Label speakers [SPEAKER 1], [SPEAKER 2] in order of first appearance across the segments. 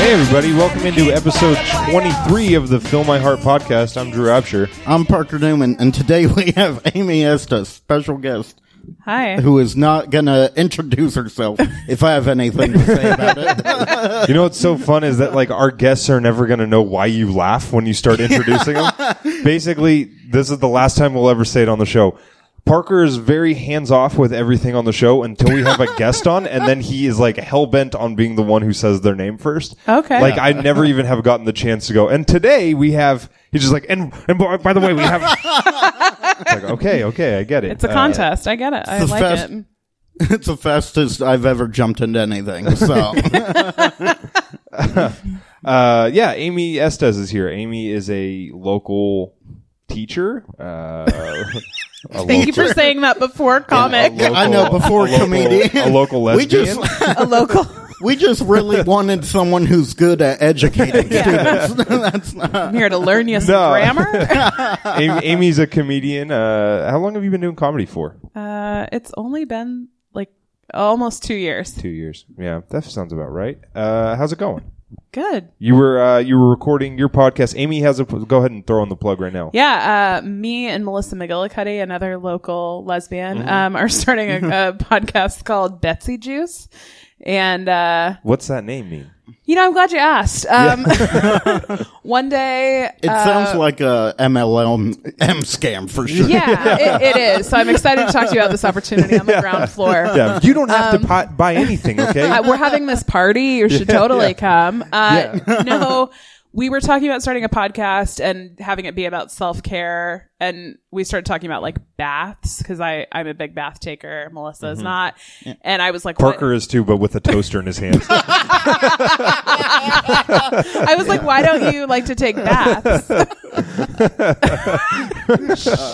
[SPEAKER 1] Hey, everybody, welcome into episode 23 of the Fill My Heart podcast. I'm Drew Absher.
[SPEAKER 2] I'm Parker Newman, and today we have Amy Estes, special guest,
[SPEAKER 3] Hi.
[SPEAKER 2] who is not going to introduce herself if I have anything to say about it.
[SPEAKER 1] You know what's so fun is that, like, our guests are never going to know why you laugh when you start introducing them. Basically, this is the last time we'll ever say it on the show. Parker is very hands off with everything on the show until we have a guest on, and then he is like hell bent on being the one who says their name first.
[SPEAKER 3] Okay.
[SPEAKER 1] Like I never even have gotten the chance to go. And today we have. He's just like, and and by, by the way, we have. It's like, okay, okay, I get it.
[SPEAKER 3] It's a
[SPEAKER 1] Uh,
[SPEAKER 3] contest. I get it. I
[SPEAKER 2] the
[SPEAKER 3] like
[SPEAKER 2] fest-
[SPEAKER 3] it.
[SPEAKER 2] It's the fastest I've ever jumped into anything. So,
[SPEAKER 1] Uh, yeah, Amy Estes is here. Amy is a local teacher. Uh, a
[SPEAKER 3] Thank you
[SPEAKER 1] local-
[SPEAKER 3] for saying that before comic.
[SPEAKER 1] a
[SPEAKER 2] I know, before
[SPEAKER 1] local-
[SPEAKER 2] comedian.
[SPEAKER 1] a local
[SPEAKER 2] We
[SPEAKER 1] lesbian.
[SPEAKER 2] just-
[SPEAKER 3] a local.
[SPEAKER 2] we just really wanted someone who's good at educating
[SPEAKER 3] Yeah.
[SPEAKER 2] students. That's not,
[SPEAKER 3] I'm here to learn you some
[SPEAKER 1] No.
[SPEAKER 3] grammar.
[SPEAKER 1] Amy, Amy's a comedian. Uh, how long have you been doing comedy for?
[SPEAKER 3] Uh, it's only been like almost two years.
[SPEAKER 1] Two years. Yeah, that sounds about right. Uh, how's it going?
[SPEAKER 3] Good.
[SPEAKER 1] You were uh, you were recording your podcast. Amy has a go ahead and throw in the plug right now.
[SPEAKER 3] Yeah, uh, me and Melissa McGillicuddy, another local lesbian,
[SPEAKER 1] Mm-hmm.
[SPEAKER 3] um, are starting a, a podcast called Betsy Juice. And uh,
[SPEAKER 1] What's that name mean?
[SPEAKER 3] you know, I'm glad you asked. Um, one day, uh,
[SPEAKER 2] it sounds like a MLM M scam for sure.
[SPEAKER 3] yeah, It, it is. So I'm excited to talk to you about this opportunity on the ground floor.
[SPEAKER 1] Yeah, you don't have
[SPEAKER 3] Um,
[SPEAKER 1] to pot, buy anything, okay?
[SPEAKER 3] Uh, we're having this party. You should totally come. Uh, No, we were talking about starting a podcast and having it be about self care, and we started talking about like baths because I I'm a big bath taker. Melissa is not, and I was like, what-
[SPEAKER 1] Parker is too, but with a toaster in his hand.
[SPEAKER 3] I was like, why don't you like to take baths?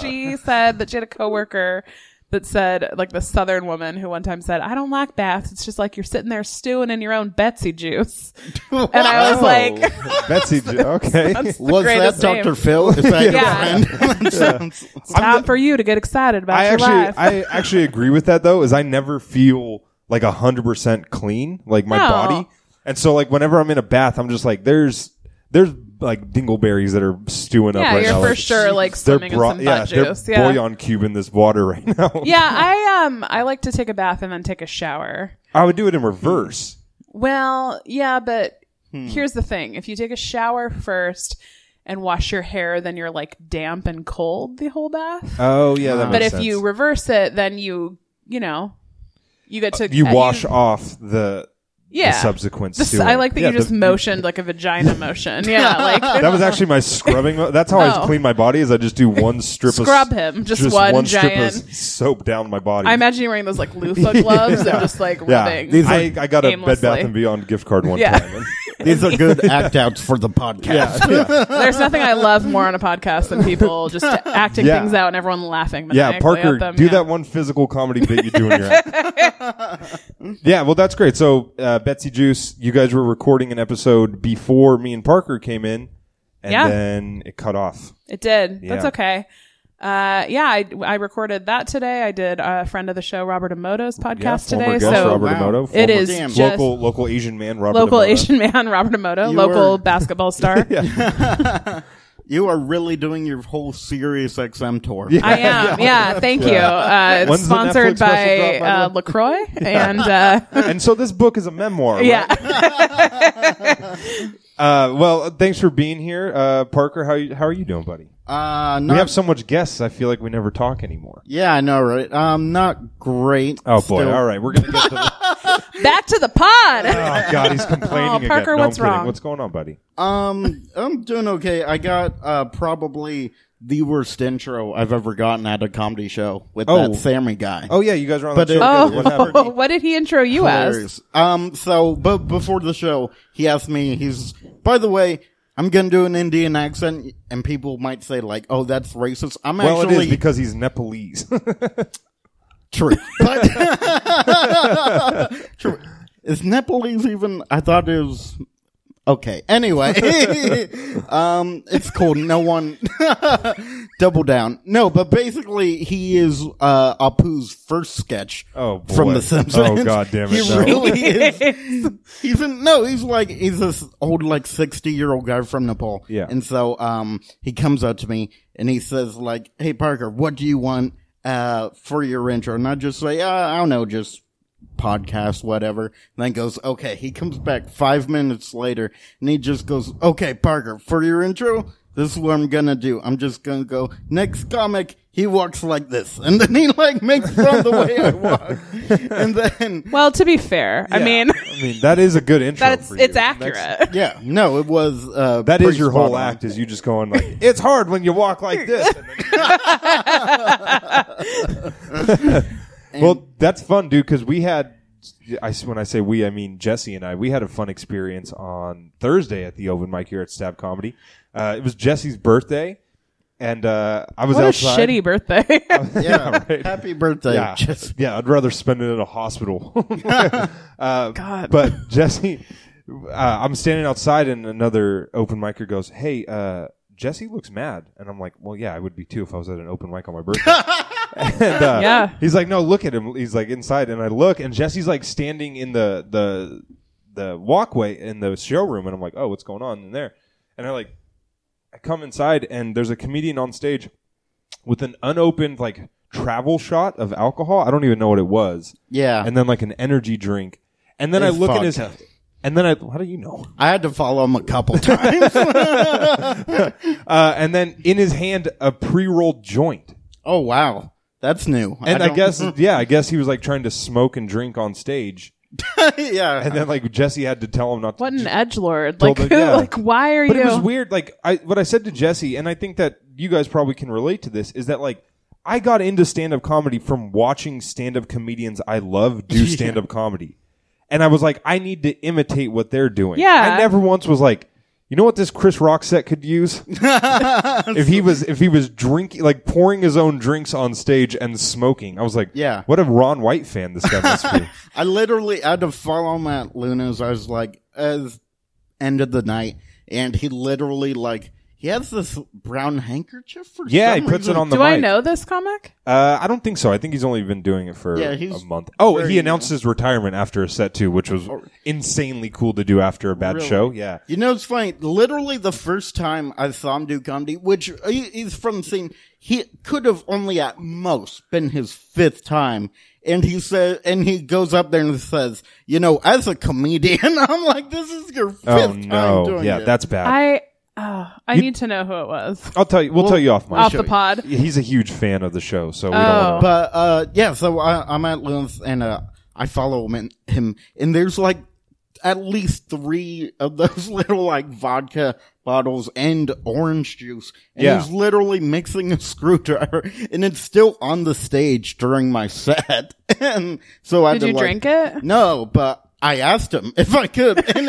[SPEAKER 3] she said that she had a coworker that said, like the Southern woman who one time said, I don't like baths. It's just like you're sitting there stewing in your own Betsy juice. And I
[SPEAKER 2] Oh.
[SPEAKER 3] was like,
[SPEAKER 1] Betsy. Ju- Okay.
[SPEAKER 2] Was that
[SPEAKER 3] greatest
[SPEAKER 2] Dr.
[SPEAKER 3] name.
[SPEAKER 2] Phil? Is that
[SPEAKER 3] Yeah.
[SPEAKER 2] your friend? That sounds-
[SPEAKER 3] time for you to get excited about
[SPEAKER 1] I
[SPEAKER 3] your
[SPEAKER 1] actually,
[SPEAKER 3] life.
[SPEAKER 1] I actually agree with that though. Is I never feel like hundred percent clean, like my
[SPEAKER 3] No.
[SPEAKER 1] body, and so like whenever I'm in a bath, I'm just like, there's, there's like dingleberries that are stewing up
[SPEAKER 3] yeah,
[SPEAKER 1] right
[SPEAKER 3] you're
[SPEAKER 1] now.
[SPEAKER 3] for
[SPEAKER 1] like,
[SPEAKER 3] sure like
[SPEAKER 1] They're
[SPEAKER 3] swimming
[SPEAKER 1] bro-
[SPEAKER 3] in some
[SPEAKER 1] yeah,
[SPEAKER 3] butt
[SPEAKER 1] they're
[SPEAKER 3] juice. Yeah.
[SPEAKER 1] bouillon cube in this water right now.
[SPEAKER 3] Yeah, I um I like to take a bath and then take a shower.
[SPEAKER 1] I would do it in reverse.
[SPEAKER 3] Well, yeah, but
[SPEAKER 1] Hmm.
[SPEAKER 3] here's the thing. If you take a shower first and wash your hair, then you're like damp and cold the whole bath.
[SPEAKER 1] Oh yeah, that
[SPEAKER 3] but if you reverse it, then you, you know, you get to
[SPEAKER 1] you wash off the,
[SPEAKER 3] yeah.
[SPEAKER 1] the subsequent.
[SPEAKER 3] This-
[SPEAKER 1] stewing.
[SPEAKER 3] I like that
[SPEAKER 1] Yeah,
[SPEAKER 3] you just
[SPEAKER 1] the-
[SPEAKER 3] motioned like a vagina motion. Yeah, like
[SPEAKER 1] That was actually my scrubbing. mo- That's how I
[SPEAKER 3] Oh.
[SPEAKER 1] clean my body. Is I just do one strip of
[SPEAKER 3] Scrub him, just one giant-
[SPEAKER 1] strip of soap down my body.
[SPEAKER 3] I imagine you're wearing those like loofah gloves and just like rubbing.
[SPEAKER 2] These
[SPEAKER 1] I, I got a Bed
[SPEAKER 3] aimlessly.
[SPEAKER 1] Bath and Beyond gift card one
[SPEAKER 3] Yeah.
[SPEAKER 1] time.
[SPEAKER 2] These are good act outs for the podcast.
[SPEAKER 1] yeah, yeah,
[SPEAKER 3] There's nothing I love more on a podcast than people just acting
[SPEAKER 1] Yeah.
[SPEAKER 3] things out and everyone laughing.
[SPEAKER 1] yeah.
[SPEAKER 3] maniacally
[SPEAKER 1] Parker,
[SPEAKER 3] at them.
[SPEAKER 1] do
[SPEAKER 3] Yeah.
[SPEAKER 1] that one physical comedy bit you do in your act. yeah, well, that's great. So, uh, Betsy Juice, you guys were recording an episode before me and Parker came in, and
[SPEAKER 3] Yeah.
[SPEAKER 1] then it cut off.
[SPEAKER 3] It did. That's
[SPEAKER 1] Yeah.
[SPEAKER 3] okay. Uh, yeah, I, I recorded that today. I did a friend of the show, Robert Emoto's podcast
[SPEAKER 1] former
[SPEAKER 3] today.
[SPEAKER 1] guest
[SPEAKER 3] so
[SPEAKER 1] Robert
[SPEAKER 2] Wow.
[SPEAKER 1] Emoto,
[SPEAKER 3] it
[SPEAKER 1] former
[SPEAKER 3] is
[SPEAKER 2] Damn.
[SPEAKER 3] just
[SPEAKER 1] local local Asian man Robert.
[SPEAKER 3] local
[SPEAKER 1] Emoto.
[SPEAKER 3] Asian man, Robert Emoto,
[SPEAKER 2] You
[SPEAKER 3] local
[SPEAKER 2] were-
[SPEAKER 3] basketball star.
[SPEAKER 2] You are really doing your whole Sirius XM tour.
[SPEAKER 3] I am. Yeah, thank you. Uh, it's
[SPEAKER 1] When's the Netflix
[SPEAKER 3] sponsored
[SPEAKER 1] special
[SPEAKER 3] by,
[SPEAKER 1] drop, by the
[SPEAKER 3] uh, LaCroix and, uh,
[SPEAKER 1] And so this book is a memoir. right?
[SPEAKER 3] yeah.
[SPEAKER 1] Uh, well, thanks for being here, uh, Parker. How you, how are you doing, buddy?
[SPEAKER 2] Uh,
[SPEAKER 1] We
[SPEAKER 2] not,
[SPEAKER 1] have so much guests. I feel like we never talk anymore.
[SPEAKER 2] yeah, I know, right? Um, not great.
[SPEAKER 1] Oh boy!
[SPEAKER 2] Still-
[SPEAKER 1] All right, we're gonna get to. The,
[SPEAKER 3] Back to the pod.
[SPEAKER 1] oh God, he's complaining
[SPEAKER 3] Oh, Parker,
[SPEAKER 1] again. No,
[SPEAKER 3] what's
[SPEAKER 1] I'm kidding.
[SPEAKER 3] wrong?
[SPEAKER 1] What's going on, buddy?
[SPEAKER 2] Um, I'm doing okay. I got uh probably the worst intro I've ever gotten at a comedy show with
[SPEAKER 1] Oh.
[SPEAKER 2] that Sammy guy.
[SPEAKER 1] Oh yeah, you guys are on
[SPEAKER 2] But
[SPEAKER 1] the
[SPEAKER 2] it-
[SPEAKER 1] show.
[SPEAKER 3] Oh,
[SPEAKER 1] together. What happened?
[SPEAKER 3] what did he intro you as?
[SPEAKER 2] Hilarious. Um, so, but before the show, he asked me, he's, by the way, I'm gonna do an Indian accent, and people might say like, "Oh, that's racist." I'm
[SPEAKER 1] Well, it
[SPEAKER 2] actually
[SPEAKER 1] is because he's Nepalese.
[SPEAKER 2] True. But True. Is Nepalese even I thought it was Okay. Anyway, um, it's called No One Double Down. No, but basically, he is uh, Apu's first sketch
[SPEAKER 1] Oh, boy.
[SPEAKER 2] from The Simpsons.
[SPEAKER 1] Oh, God damn it,
[SPEAKER 2] He
[SPEAKER 1] no.
[SPEAKER 2] really is. He's in, no, he's like he's this old like sixty year old guy from Nepal.
[SPEAKER 1] Yeah.
[SPEAKER 2] And so, um, he comes up to me and he says like, "Hey, Parker, what do you want uh for your intro?" And I just say, uh, "I don't know, just." podcast, whatever. And then goes, okay, he comes back five minutes later and he just goes, okay, Parker, for your intro, this is what I'm gonna do. I'm just gonna go, next comic, he walks like this. And then he like makes fun of the way I walk. And then,
[SPEAKER 3] Well, to be fair, I
[SPEAKER 2] Yeah.
[SPEAKER 3] mean,
[SPEAKER 1] I mean, that is a good intro.
[SPEAKER 3] that's
[SPEAKER 1] for you.
[SPEAKER 3] it's
[SPEAKER 1] That's-
[SPEAKER 3] accurate.
[SPEAKER 2] yeah, no, it was, uh,
[SPEAKER 1] That is
[SPEAKER 2] pretty
[SPEAKER 1] your
[SPEAKER 2] spot
[SPEAKER 1] whole
[SPEAKER 2] on.
[SPEAKER 1] act. Is you just going like, it's hard when you walk like this. and then- well, that's fun, dude. Because we had, I s when I say we, I mean Jesse and I. We had a fun experience on Thursday at the open mic here at Stab Comedy. Uh, it was Jesse's birthday, and uh, I was
[SPEAKER 3] What a
[SPEAKER 1] outside.
[SPEAKER 3] shitty birthday.
[SPEAKER 2] Yeah.
[SPEAKER 1] right.
[SPEAKER 2] Happy birthday.
[SPEAKER 1] yeah,
[SPEAKER 2] Just,
[SPEAKER 1] yeah. I'd rather spend it in a hospital.
[SPEAKER 3] God.
[SPEAKER 1] but Jesse, uh, I'm standing outside, and another open micer goes, "Hey, uh, Jesse looks mad," and I'm like, "Well, yeah, I would be too if I was at an open mic on my birthday." and, uh,
[SPEAKER 3] Yeah.
[SPEAKER 1] he's like, "No, look at him." He's like inside, and I look, and Jesse's like standing in the the the walkway in the showroom, and I'm like, "Oh, what's going on in there?" And I like, I come inside, and there's a comedian on stage with an unopened like travel shot of alcohol. I don't even know what it was
[SPEAKER 2] yeah.
[SPEAKER 1] and then like an energy drink. And then I
[SPEAKER 2] It's
[SPEAKER 1] look at his,
[SPEAKER 2] vodka.
[SPEAKER 1] and then I, how do you know?
[SPEAKER 2] I had to follow him a couple times.
[SPEAKER 1] Uh, and then in his hand, a pre-rolled joint.
[SPEAKER 2] oh, wow. That's new.
[SPEAKER 1] And I,
[SPEAKER 2] don't-
[SPEAKER 1] guess, yeah, I guess he was like trying to smoke and drink on stage.
[SPEAKER 2] yeah.
[SPEAKER 1] And then like Jesse had to tell him not to.
[SPEAKER 3] What an
[SPEAKER 1] just-
[SPEAKER 3] edge lord!
[SPEAKER 1] Told
[SPEAKER 3] Like,
[SPEAKER 1] it, yeah.
[SPEAKER 3] like why are
[SPEAKER 1] but
[SPEAKER 3] you?
[SPEAKER 1] it was weird. Like I, what I said to Jesse, and I think that you guys probably can relate to this, is that like I got into stand-up comedy from watching stand-up comedians I love do stand-up comedy, and I was like, I need to imitate what they're doing.
[SPEAKER 3] Yeah.
[SPEAKER 1] I never once was like. You know what this Chris Rock set could use? if he was if he was drinking like pouring his own drinks on stage and smoking. I was like,
[SPEAKER 2] Yeah.
[SPEAKER 1] What a Ron White fan this guy must be.
[SPEAKER 2] I literally had to follow him at Luna's. I was like, as end of the night, and he literally like he has this brown handkerchief for
[SPEAKER 1] Yeah, he
[SPEAKER 2] some
[SPEAKER 1] puts it
[SPEAKER 2] reason.
[SPEAKER 1] on the
[SPEAKER 3] Do I
[SPEAKER 1] mic.
[SPEAKER 3] know this comic?
[SPEAKER 1] Uh, I don't think so. I think he's only been doing it for
[SPEAKER 2] Yeah,
[SPEAKER 1] a
[SPEAKER 2] he's
[SPEAKER 1] month. Oh,
[SPEAKER 2] very Oh.
[SPEAKER 1] he announced his retirement after a set too, which was insanely cool to do after a bad
[SPEAKER 2] Really?
[SPEAKER 1] show. Yeah.
[SPEAKER 2] You know, it's funny. Literally, the first time I saw him do comedy, which uh, he, he's from the scene, he could have only at most been his fifth time. And he said, and he goes up there and says, you know, as a comedian, I'm like, this is your fifth
[SPEAKER 1] Oh
[SPEAKER 2] time
[SPEAKER 1] no.
[SPEAKER 2] doing
[SPEAKER 1] Yeah,
[SPEAKER 2] it.
[SPEAKER 1] that's bad. I,
[SPEAKER 3] I oh, I need to know who it was
[SPEAKER 1] will tell you. We'll, tell you off my
[SPEAKER 3] off
[SPEAKER 1] show.
[SPEAKER 3] the pod.
[SPEAKER 1] He's a huge fan of the show, so we
[SPEAKER 3] Oh.
[SPEAKER 1] don't want to.
[SPEAKER 2] But uh, yeah, so I, I'm at Lynn's and uh, I follow him and, him, and there's like at least three of those little like vodka bottles and orange juice, and
[SPEAKER 1] Yeah.
[SPEAKER 2] he's literally mixing a screwdriver, and it's still on the stage during my set, and so I had
[SPEAKER 3] Did
[SPEAKER 2] to,
[SPEAKER 3] you
[SPEAKER 2] like-
[SPEAKER 3] drink it?
[SPEAKER 2] No, but. I asked him if I could, and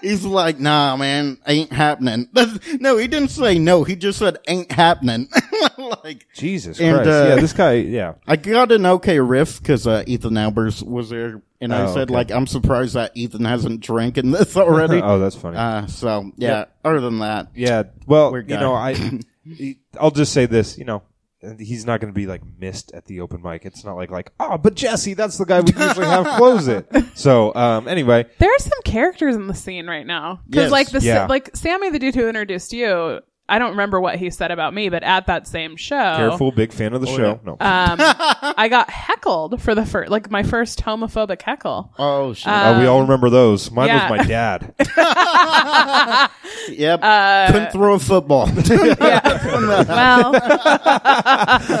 [SPEAKER 2] he's, he's like, "Nah, man, ain't happening." no, he didn't say no. He just said, "Ain't happening." like,
[SPEAKER 1] Jesus
[SPEAKER 2] And,
[SPEAKER 1] Christ.
[SPEAKER 2] uh,
[SPEAKER 1] yeah, this guy. Yeah.
[SPEAKER 2] I got an okay riff because uh, Ethan Albers was there, and I
[SPEAKER 1] Oh,
[SPEAKER 2] said
[SPEAKER 1] okay.
[SPEAKER 2] like I'm surprised that Ethan hasn't drank in this already.
[SPEAKER 1] oh, that's funny.
[SPEAKER 2] uh, so yeah, other than that,
[SPEAKER 1] yeah. Well,
[SPEAKER 2] weird
[SPEAKER 1] you
[SPEAKER 2] guy.
[SPEAKER 1] know, I. I'll just say this. You know. He's not going to be like missed at the open mic. It's not like like oh, but Jesse, that's the guy we usually have close it. So um, anyway,
[SPEAKER 3] There are some characters in the scene right now because
[SPEAKER 2] Yes.
[SPEAKER 3] like the
[SPEAKER 1] Yeah.
[SPEAKER 3] like Sammy the dude who introduced you. I don't remember what he said about me, but at that same show,
[SPEAKER 1] careful, big fan of the show.
[SPEAKER 2] yeah.
[SPEAKER 1] No,
[SPEAKER 3] Um, I got heckled for the first like my first homophobic heckle.
[SPEAKER 2] oh shit,
[SPEAKER 1] Uh, we all remember those. Mine
[SPEAKER 3] yeah.
[SPEAKER 1] was my dad.
[SPEAKER 2] yep, couldn't throw a football.
[SPEAKER 3] Uh,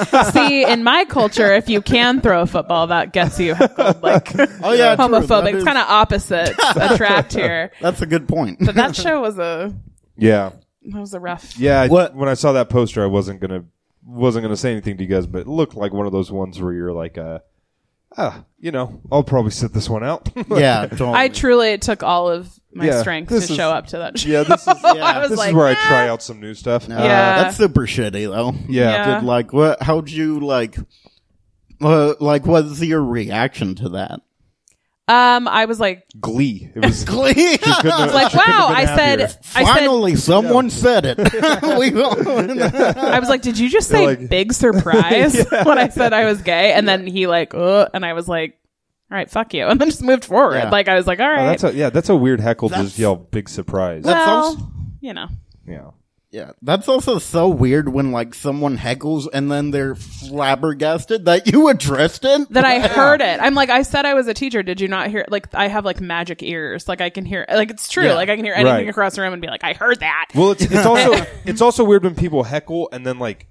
[SPEAKER 3] Well, see, in my culture, if you can throw a football, that gets you heckled, like
[SPEAKER 2] oh yeah, true. That
[SPEAKER 3] homophobic.
[SPEAKER 2] is-
[SPEAKER 3] It's kind of opposite attract here.
[SPEAKER 2] that's a good point.
[SPEAKER 3] But that show was a
[SPEAKER 1] yeah,
[SPEAKER 3] that was a rough.
[SPEAKER 1] yeah. I-
[SPEAKER 2] What-
[SPEAKER 1] When I saw that poster, I wasn't gonna wasn't gonna say anything to you guys, but it looked like one of those ones where you're like, uh, ah, you know, I'll probably sit this one out.
[SPEAKER 2] yeah, totally.
[SPEAKER 3] I truly took all of my
[SPEAKER 1] Yeah,
[SPEAKER 3] strength to
[SPEAKER 1] this is-
[SPEAKER 3] show up to that show.
[SPEAKER 1] yeah, this is
[SPEAKER 3] I was
[SPEAKER 1] this
[SPEAKER 3] like,
[SPEAKER 1] is where I
[SPEAKER 3] "Nah."
[SPEAKER 1] try out some new stuff.
[SPEAKER 2] Uh,
[SPEAKER 3] Yeah.
[SPEAKER 2] that's super shitty though.
[SPEAKER 1] Yeah.
[SPEAKER 3] Yeah.
[SPEAKER 2] Did, like what? How'd you like? Uh, like, what's your reaction to that?
[SPEAKER 3] Um, I was like,
[SPEAKER 1] Glee. It was oh,
[SPEAKER 2] Glee.
[SPEAKER 1] couldn't have-
[SPEAKER 3] like,
[SPEAKER 1] she couldn't
[SPEAKER 3] wow.
[SPEAKER 1] have
[SPEAKER 3] I
[SPEAKER 1] been
[SPEAKER 3] said,
[SPEAKER 1] happier.
[SPEAKER 3] I said,
[SPEAKER 2] Finally, someone said it. we all,
[SPEAKER 3] I was like, did you just say
[SPEAKER 1] like-
[SPEAKER 3] big surprise when I said I was gay? And then he like, Ugh, and I was like, all right, fuck you. And then just moved forward.
[SPEAKER 2] Yeah.
[SPEAKER 3] Like I was like, all
[SPEAKER 1] Oh,
[SPEAKER 3] right,
[SPEAKER 1] that's a, yeah, that's a weird heckle to
[SPEAKER 2] That's-
[SPEAKER 1] just yell big surprise.
[SPEAKER 2] That- that's
[SPEAKER 3] well,
[SPEAKER 2] also-
[SPEAKER 3] you know,
[SPEAKER 1] yeah.
[SPEAKER 2] yeah, that's also so weird when like someone heckles and then they're flabbergasted that you addressed it.
[SPEAKER 3] that I heard it. I'm like, I said I was a teacher. Did you not hear? Like I have like magic ears. Like I can hear, like it's true.
[SPEAKER 2] Yeah.
[SPEAKER 3] Like I can hear anything
[SPEAKER 1] Right.
[SPEAKER 3] across the room and be like, I heard that.
[SPEAKER 1] Well, it's it's also it's also weird when people heckle and then like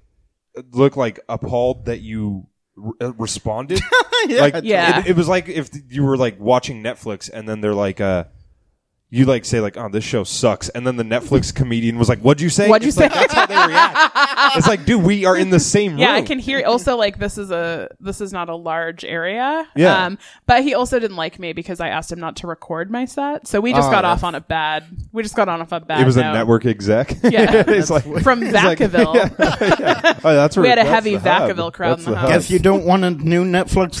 [SPEAKER 1] look like appalled that you re- uh, responded. like
[SPEAKER 3] Yeah.
[SPEAKER 1] it, it was like if you were like watching Netflix and then they're like uh you like say like oh this show sucks and then the Netflix comedian was like what'd you say?
[SPEAKER 3] What'd you
[SPEAKER 1] It's like,
[SPEAKER 3] say?
[SPEAKER 1] that's how they react. it's like dude, we are in the same
[SPEAKER 3] yeah,
[SPEAKER 1] room.
[SPEAKER 3] I can hear. Also, like this is a this is not a large area. Um,
[SPEAKER 1] Yeah.
[SPEAKER 3] but he also didn't like me because I asked him not to record my set. So we just
[SPEAKER 2] Oh,
[SPEAKER 3] got
[SPEAKER 2] that's-
[SPEAKER 3] off on a bad. We just got on off a bad.
[SPEAKER 1] Ah, It was
[SPEAKER 3] note.
[SPEAKER 1] a network exec.
[SPEAKER 3] Yeah.
[SPEAKER 1] it's like
[SPEAKER 3] from
[SPEAKER 1] it's like-
[SPEAKER 3] Vacaville.
[SPEAKER 1] yeah. Oh, that's where-
[SPEAKER 3] We had a
[SPEAKER 1] that's
[SPEAKER 3] heavy
[SPEAKER 1] the hub.
[SPEAKER 3] Vacaville crowd
[SPEAKER 1] That's
[SPEAKER 3] in the
[SPEAKER 1] hub.
[SPEAKER 3] house.
[SPEAKER 2] Guess you don't want a new Netflix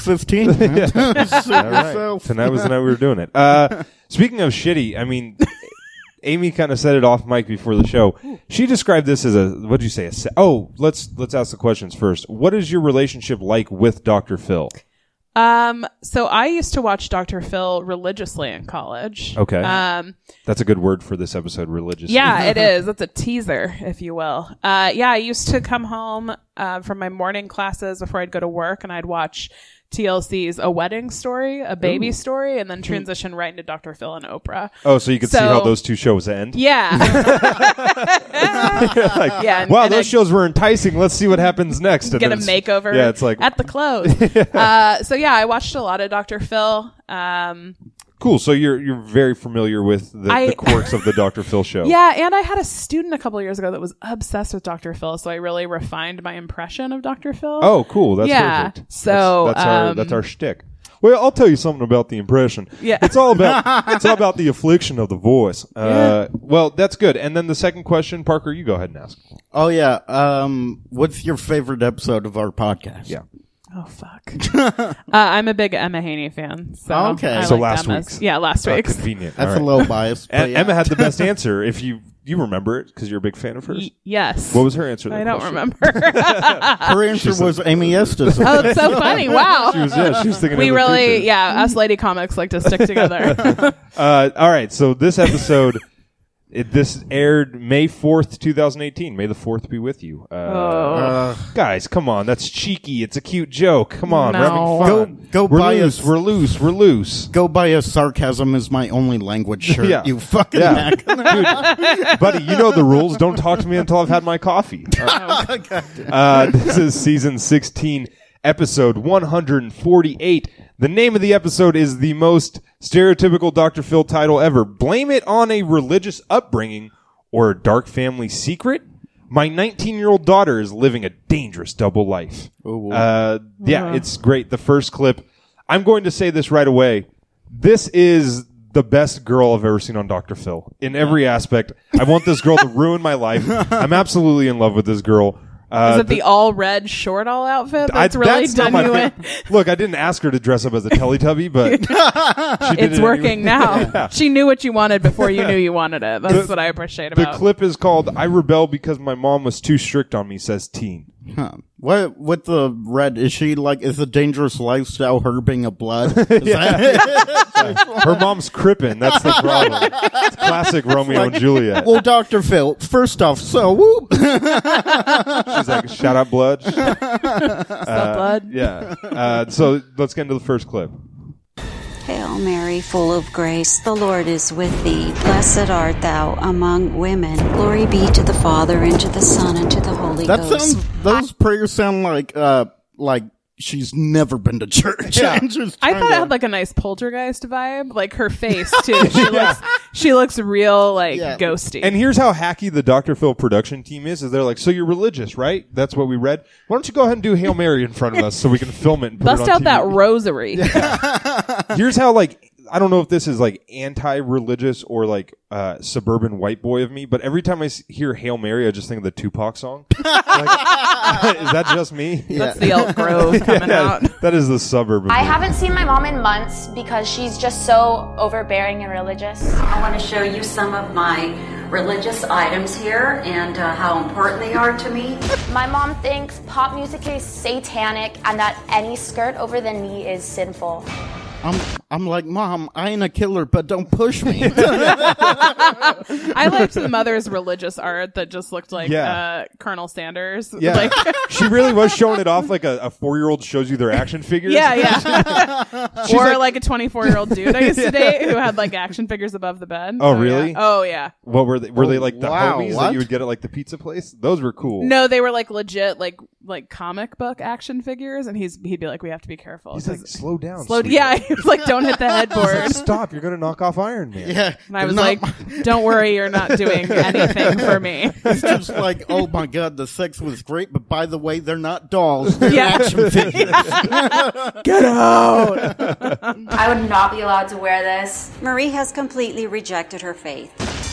[SPEAKER 2] 15. Suit yourself.
[SPEAKER 1] Tonight was the night we were doing it. Uh, speaking of shitty, I mean, Amy kind of said it off mic before the show. She described this as a what'd you say? A se- oh, let's let's ask the questions first. What is your relationship like with Doctor Phil?
[SPEAKER 3] Um, so I used to watch Dr. Phil religiously in college.
[SPEAKER 1] Okay.
[SPEAKER 3] Um,
[SPEAKER 1] That's a good word for this episode. Religious.
[SPEAKER 3] yeah, it is. It's a teaser, if you will. Uh, yeah, I used to come home uh, from my morning classes before I'd go to work, and I'd watch TLC's A Wedding Story, A Baby Story, and then transition right into Dr. Phil and Oprah.
[SPEAKER 1] Hmm. Oh, so you could see how
[SPEAKER 3] So-
[SPEAKER 1] those two shows end.
[SPEAKER 3] Yeah.
[SPEAKER 1] Like,
[SPEAKER 3] yeah. and-
[SPEAKER 1] wow,
[SPEAKER 3] and
[SPEAKER 1] those
[SPEAKER 3] I'd-
[SPEAKER 1] shows were enticing. Let's see what happens next. And
[SPEAKER 3] get a
[SPEAKER 1] then it's-
[SPEAKER 3] makeover
[SPEAKER 1] Yeah, it's like
[SPEAKER 3] at the close. uh, so yeah, I watched a lot of Dr. Phil. Um,
[SPEAKER 1] Oh. cool. So you're you're very familiar with the,
[SPEAKER 3] I-
[SPEAKER 1] the quirks of the Doctor Phil show.
[SPEAKER 3] Yeah, and I had a student a couple years ago that was obsessed with Dr. Phil, so I really refined my impression of Dr. Phil.
[SPEAKER 1] Oh, cool. That's
[SPEAKER 3] Yeah.
[SPEAKER 1] perfect.
[SPEAKER 3] So,
[SPEAKER 1] that's, that's our
[SPEAKER 3] um,
[SPEAKER 1] that's our shtick. Well, I'll tell you something about the impression.
[SPEAKER 3] Yeah.
[SPEAKER 1] it's all about it's all about the affliction of the voice. Uh, Well, that's good. And then the second question, Parker, you go ahead and ask.
[SPEAKER 2] Oh yeah. Um, what's your favorite episode of our podcast?
[SPEAKER 1] Yeah.
[SPEAKER 3] Oh fuck! uh, I'm a big Emma Haney fan. So
[SPEAKER 2] Oh, Okay.
[SPEAKER 3] I
[SPEAKER 2] So
[SPEAKER 3] like
[SPEAKER 1] last
[SPEAKER 3] Emma's.
[SPEAKER 1] week's.
[SPEAKER 3] yeah, last
[SPEAKER 1] Uh,
[SPEAKER 3] week's.
[SPEAKER 1] convenient.
[SPEAKER 2] That's
[SPEAKER 1] All
[SPEAKER 2] a
[SPEAKER 1] right.
[SPEAKER 2] little biased.
[SPEAKER 1] And
[SPEAKER 2] but yeah.
[SPEAKER 1] Emma had the best answer. If you you remember it because you're a big fan of hers.
[SPEAKER 3] Y- yes.
[SPEAKER 1] What was her answer? to
[SPEAKER 3] I
[SPEAKER 1] the
[SPEAKER 3] don't
[SPEAKER 1] question?
[SPEAKER 3] remember.
[SPEAKER 2] Her answer was Amy Estes.
[SPEAKER 3] oh, it's so funny! Wow.
[SPEAKER 1] She was, yeah, she was thinking.
[SPEAKER 3] we
[SPEAKER 1] of the
[SPEAKER 3] really,
[SPEAKER 1] future.
[SPEAKER 3] yeah, us lady comics like to stick together.
[SPEAKER 1] Uh, all right. So this episode, it, this aired May fourth, two thousand eighteen. May the fourth be with you. Uh,
[SPEAKER 3] oh.
[SPEAKER 2] Uh,
[SPEAKER 1] Guys, come on. That's cheeky. It's a cute joke. Come on. We're
[SPEAKER 3] No.
[SPEAKER 1] having fun.
[SPEAKER 2] Go- go
[SPEAKER 1] we're
[SPEAKER 2] buy
[SPEAKER 1] loose.
[SPEAKER 2] us-
[SPEAKER 1] We're loose. We're loose.
[SPEAKER 2] go buy a sarcasm is my only language shirt.
[SPEAKER 1] Yeah.
[SPEAKER 2] You fucking
[SPEAKER 1] Yeah.
[SPEAKER 2] hack.
[SPEAKER 1] Buddy, you know the rules. Don't talk to me until I've had my coffee. Uh, this is season 16, episode 148. The name of the episode is the most stereotypical Dr. Phil title ever. Blame it on a religious upbringing or a dark family secret. My 19 year old daughter is living a dangerous double life. Uh, yeah, it's great. The first clip. I'm going to say this right away. This is the best girl I've ever seen on Dr. Phil in every aspect. I want this girl to ruin my life. I'm absolutely in love with this girl. Uh,
[SPEAKER 3] Is it the all red short all outfit
[SPEAKER 1] I-
[SPEAKER 3] that's really
[SPEAKER 1] not
[SPEAKER 3] done
[SPEAKER 1] my
[SPEAKER 3] you in?
[SPEAKER 1] favorite. Look, I didn't ask her to dress up as a Teletubby, but she did it
[SPEAKER 3] It's
[SPEAKER 1] anyway.
[SPEAKER 3] working now. She knew what you wanted before you knew you wanted it. That's what I appreciate
[SPEAKER 1] The
[SPEAKER 3] about.
[SPEAKER 1] clip is called "I Rebel Because My Mom Was Too Strict on Me," says teen.
[SPEAKER 2] Huh. What with the red? Is she like? Is the dangerous lifestyle her being a blood? Is that-
[SPEAKER 1] Her mom's crippin'. That's the problem. It's classic Romeo and Juliet.
[SPEAKER 2] well, Doctor Phil. First off, so whoop.
[SPEAKER 1] She's like, "Shout out, blood."
[SPEAKER 3] Stop blood.
[SPEAKER 1] Yeah. Uh, so let's get into the first clip.
[SPEAKER 4] Hail Mary, full of grace, the Lord is with thee. Blessed art thou among women. Glory be to the Father, and to the Son, and to the Holy
[SPEAKER 2] That
[SPEAKER 4] Ghost.
[SPEAKER 2] sounds. Those prayers sound like uh like she's never been to church.
[SPEAKER 1] Yeah.
[SPEAKER 2] And just
[SPEAKER 3] I
[SPEAKER 2] trying
[SPEAKER 3] thought
[SPEAKER 2] to-
[SPEAKER 3] it had like a nice poltergeist vibe, like her face too. She looks, she looks real like
[SPEAKER 2] Yeah.
[SPEAKER 3] ghosty.
[SPEAKER 1] And here's how hacky the Dr. Phil production team is: is they're like, "So you're religious, right? That's what we read. Why don't you go ahead and do Hail Mary in front of us so we can film it and put
[SPEAKER 3] Bust
[SPEAKER 1] it on
[SPEAKER 3] out that
[SPEAKER 1] TV?"
[SPEAKER 3] rosary.
[SPEAKER 1] Here's how like I don't know if this is like anti-religious or like uh, suburban white boy of me, but every time I s- hear Hail Mary, I just think of the Tupac song. Like, is that just me?
[SPEAKER 3] That's the Elk Grove coming out.
[SPEAKER 1] that is the suburban.
[SPEAKER 5] I haven't seen my mom in months because she's just so overbearing and religious.
[SPEAKER 4] I want to show you some of my religious items here and uh, how important they are to me.
[SPEAKER 5] My mom thinks pop music is satanic and that any skirt over the knee is sinful.
[SPEAKER 2] I'm I'm like, Mom, I ain't a killer, but don't push me.
[SPEAKER 3] I liked the mother's religious art that just looked like
[SPEAKER 1] Yeah.
[SPEAKER 3] uh, Colonel Sanders.
[SPEAKER 1] Yeah,
[SPEAKER 3] Like,
[SPEAKER 1] she really was showing it off like a, a four-year-old shows you their action figures.
[SPEAKER 3] yeah, yeah. or like, a 24 year old dude I used to date who had like action figures above the bed.
[SPEAKER 1] Oh,
[SPEAKER 3] yeah.
[SPEAKER 1] really?
[SPEAKER 3] Oh, yeah.
[SPEAKER 1] What were they? Were they like the
[SPEAKER 2] Wow,
[SPEAKER 1] homies that
[SPEAKER 2] what?
[SPEAKER 1] you would get at like the pizza place? Those were cool.
[SPEAKER 3] No, they were like legit, like like comic book action figures, and he's he'd be like, "We have to be careful."
[SPEAKER 1] he's like,
[SPEAKER 3] 'cause-
[SPEAKER 1] slow down.
[SPEAKER 3] Slow-
[SPEAKER 1] sweetie."
[SPEAKER 3] yeah, he was like, "Don't hit the headboard."
[SPEAKER 1] Like, Stop! You're gonna knock off Iron Man.
[SPEAKER 2] yeah,
[SPEAKER 3] And I was
[SPEAKER 2] Not
[SPEAKER 3] like,
[SPEAKER 2] my-
[SPEAKER 3] "Don't worry, you're not doing anything for me."
[SPEAKER 2] it's just like, oh my god, the sex was great, but by the way, they're not dolls. They're
[SPEAKER 3] Yeah.
[SPEAKER 2] action figures.
[SPEAKER 3] Get out!
[SPEAKER 5] I would not be allowed to wear this.
[SPEAKER 4] Marie has completely rejected her faith.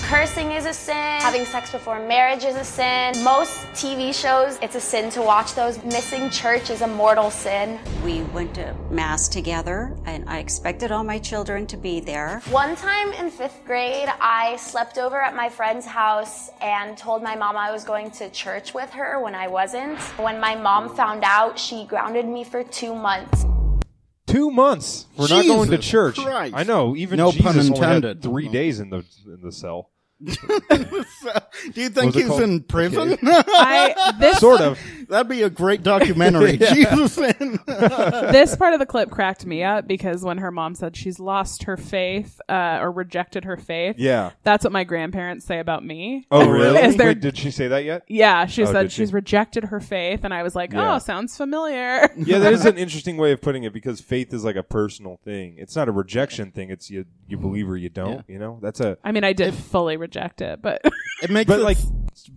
[SPEAKER 5] Cursing is a sin. Having sex before marriage is a sin. Most TV shows, it's a sin to watch those. Missing church is a mortal sin.
[SPEAKER 4] We went to mass together, and I expected all my children to be there.
[SPEAKER 5] One time in fifth grade, I slept over at my friend's house and told my mom I was going to church with her when I wasn't. When my mom found out, she grounded me for two months.
[SPEAKER 1] Two months. We're not going to
[SPEAKER 2] Jesus
[SPEAKER 1] church.
[SPEAKER 2] Christ.
[SPEAKER 1] I know. Even
[SPEAKER 2] No
[SPEAKER 1] Jesus
[SPEAKER 2] pun
[SPEAKER 1] only had
[SPEAKER 2] intended.
[SPEAKER 1] three days in the in the cell.
[SPEAKER 2] Do you
[SPEAKER 1] What
[SPEAKER 2] think
[SPEAKER 1] was it
[SPEAKER 2] he's
[SPEAKER 1] called?
[SPEAKER 2] in prison?
[SPEAKER 3] I this
[SPEAKER 1] Sort of.
[SPEAKER 2] That'd be a great documentary. Jesus in.
[SPEAKER 3] this part of the clip cracked me up because when her mom said she's lost her faith uh, or rejected her faith,
[SPEAKER 1] Yeah.
[SPEAKER 3] that's what my grandparents say about me.
[SPEAKER 1] Oh really?
[SPEAKER 3] Is there-
[SPEAKER 1] Wait, did she say that yet?
[SPEAKER 3] Yeah, she
[SPEAKER 1] Oh,
[SPEAKER 3] said
[SPEAKER 1] did she?
[SPEAKER 3] she's rejected her faith, and I was like,
[SPEAKER 1] Yeah.
[SPEAKER 3] "Oh, sounds familiar."
[SPEAKER 1] Yeah, that is an interesting way of putting it because faith is like a personal thing. It's not a rejection thing. It's you you believe or you don't. You know, that's a
[SPEAKER 3] I mean, I did fully reject it, but
[SPEAKER 2] It makes
[SPEAKER 1] but
[SPEAKER 2] it
[SPEAKER 1] like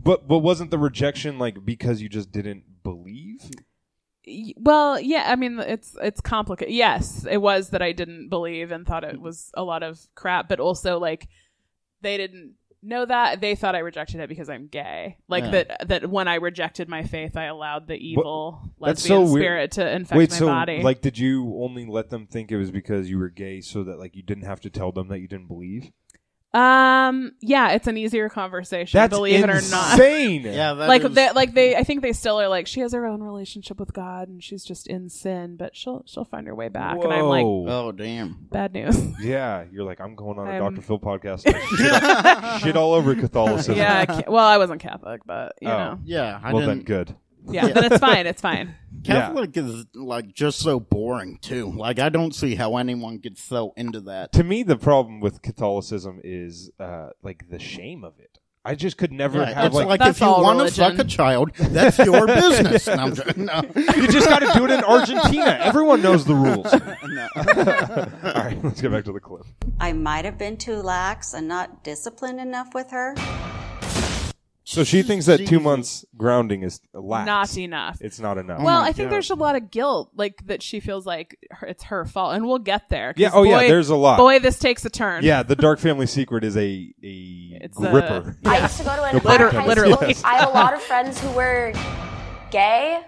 [SPEAKER 1] but but wasn't the rejection like because you just didn't believe?
[SPEAKER 3] Y- well, yeah. I mean, it's it's complicated. Yes, it was that I didn't believe and thought it was a lot of crap, but also like they didn't know that they thought I rejected it because I'm gay. Like
[SPEAKER 2] Yeah.
[SPEAKER 3] that that when I rejected my faith, I allowed the evil
[SPEAKER 1] That's
[SPEAKER 3] lesbian
[SPEAKER 1] so weird.
[SPEAKER 3] spirit to infect
[SPEAKER 1] Wait,
[SPEAKER 3] my
[SPEAKER 1] so
[SPEAKER 3] body.
[SPEAKER 1] like did you only let them think it was because you were gay so that like you didn't have to tell them that you didn't believe?
[SPEAKER 3] um, yeah, it's an easier conversation.
[SPEAKER 1] That's
[SPEAKER 3] believe it or not.
[SPEAKER 1] insane.
[SPEAKER 2] yeah, that
[SPEAKER 3] like
[SPEAKER 2] is-
[SPEAKER 3] they, like they I think they still are like she has her own relationship with God and she's just in sin, but she'll she'll find her way back. And I'm Ah, like,
[SPEAKER 1] Whoa.
[SPEAKER 2] Oh damn.
[SPEAKER 3] bad news.
[SPEAKER 1] Yeah, you're like I'm going on a
[SPEAKER 3] I'm-
[SPEAKER 1] Dr. Phil podcast. Shit, shit all over Catholicism.
[SPEAKER 3] yeah, I ca- well, I wasn't Catholic, but you
[SPEAKER 1] Oh.
[SPEAKER 3] know,
[SPEAKER 2] Yeah, I
[SPEAKER 1] Well then,
[SPEAKER 2] didn't.
[SPEAKER 1] good.
[SPEAKER 3] yeah, but it's fine. It's fine.
[SPEAKER 2] Catholic is like just so boring too. Like I don't see how anyone gets so into that.
[SPEAKER 1] To me, the problem with Catholicism is uh, like the shame of it. I just could never
[SPEAKER 2] Yeah,
[SPEAKER 1] have
[SPEAKER 2] it's like,
[SPEAKER 1] like,
[SPEAKER 3] That's
[SPEAKER 2] if you
[SPEAKER 3] all
[SPEAKER 2] want to
[SPEAKER 3] religion.
[SPEAKER 2] fuck a child, that's your business. No, I'm joking. No.
[SPEAKER 1] you just got to do it in Argentina. Everyone knows the rules. all right, let's get back to the clip.
[SPEAKER 4] I might have been too lax and not disciplined enough with her.
[SPEAKER 1] So she thinks that two months grounding is lax.
[SPEAKER 3] Not enough.
[SPEAKER 1] It's not enough.
[SPEAKER 3] well,
[SPEAKER 2] my
[SPEAKER 3] I think
[SPEAKER 2] God.
[SPEAKER 3] there's a lot of guilt, like that she feels like her, it's her fault, and we'll get there. 'cause
[SPEAKER 1] Yeah, oh, yeah,
[SPEAKER 3] boy-
[SPEAKER 1] there's a lot.
[SPEAKER 3] Boy, this takes a turn.
[SPEAKER 1] yeah, the dark family secret is a a
[SPEAKER 3] It's uh, a-
[SPEAKER 1] gripper.
[SPEAKER 5] I used to go to an
[SPEAKER 1] pun
[SPEAKER 5] art high
[SPEAKER 1] intended.
[SPEAKER 5] school.
[SPEAKER 1] Yes.
[SPEAKER 5] I had a lot of friends who were gay.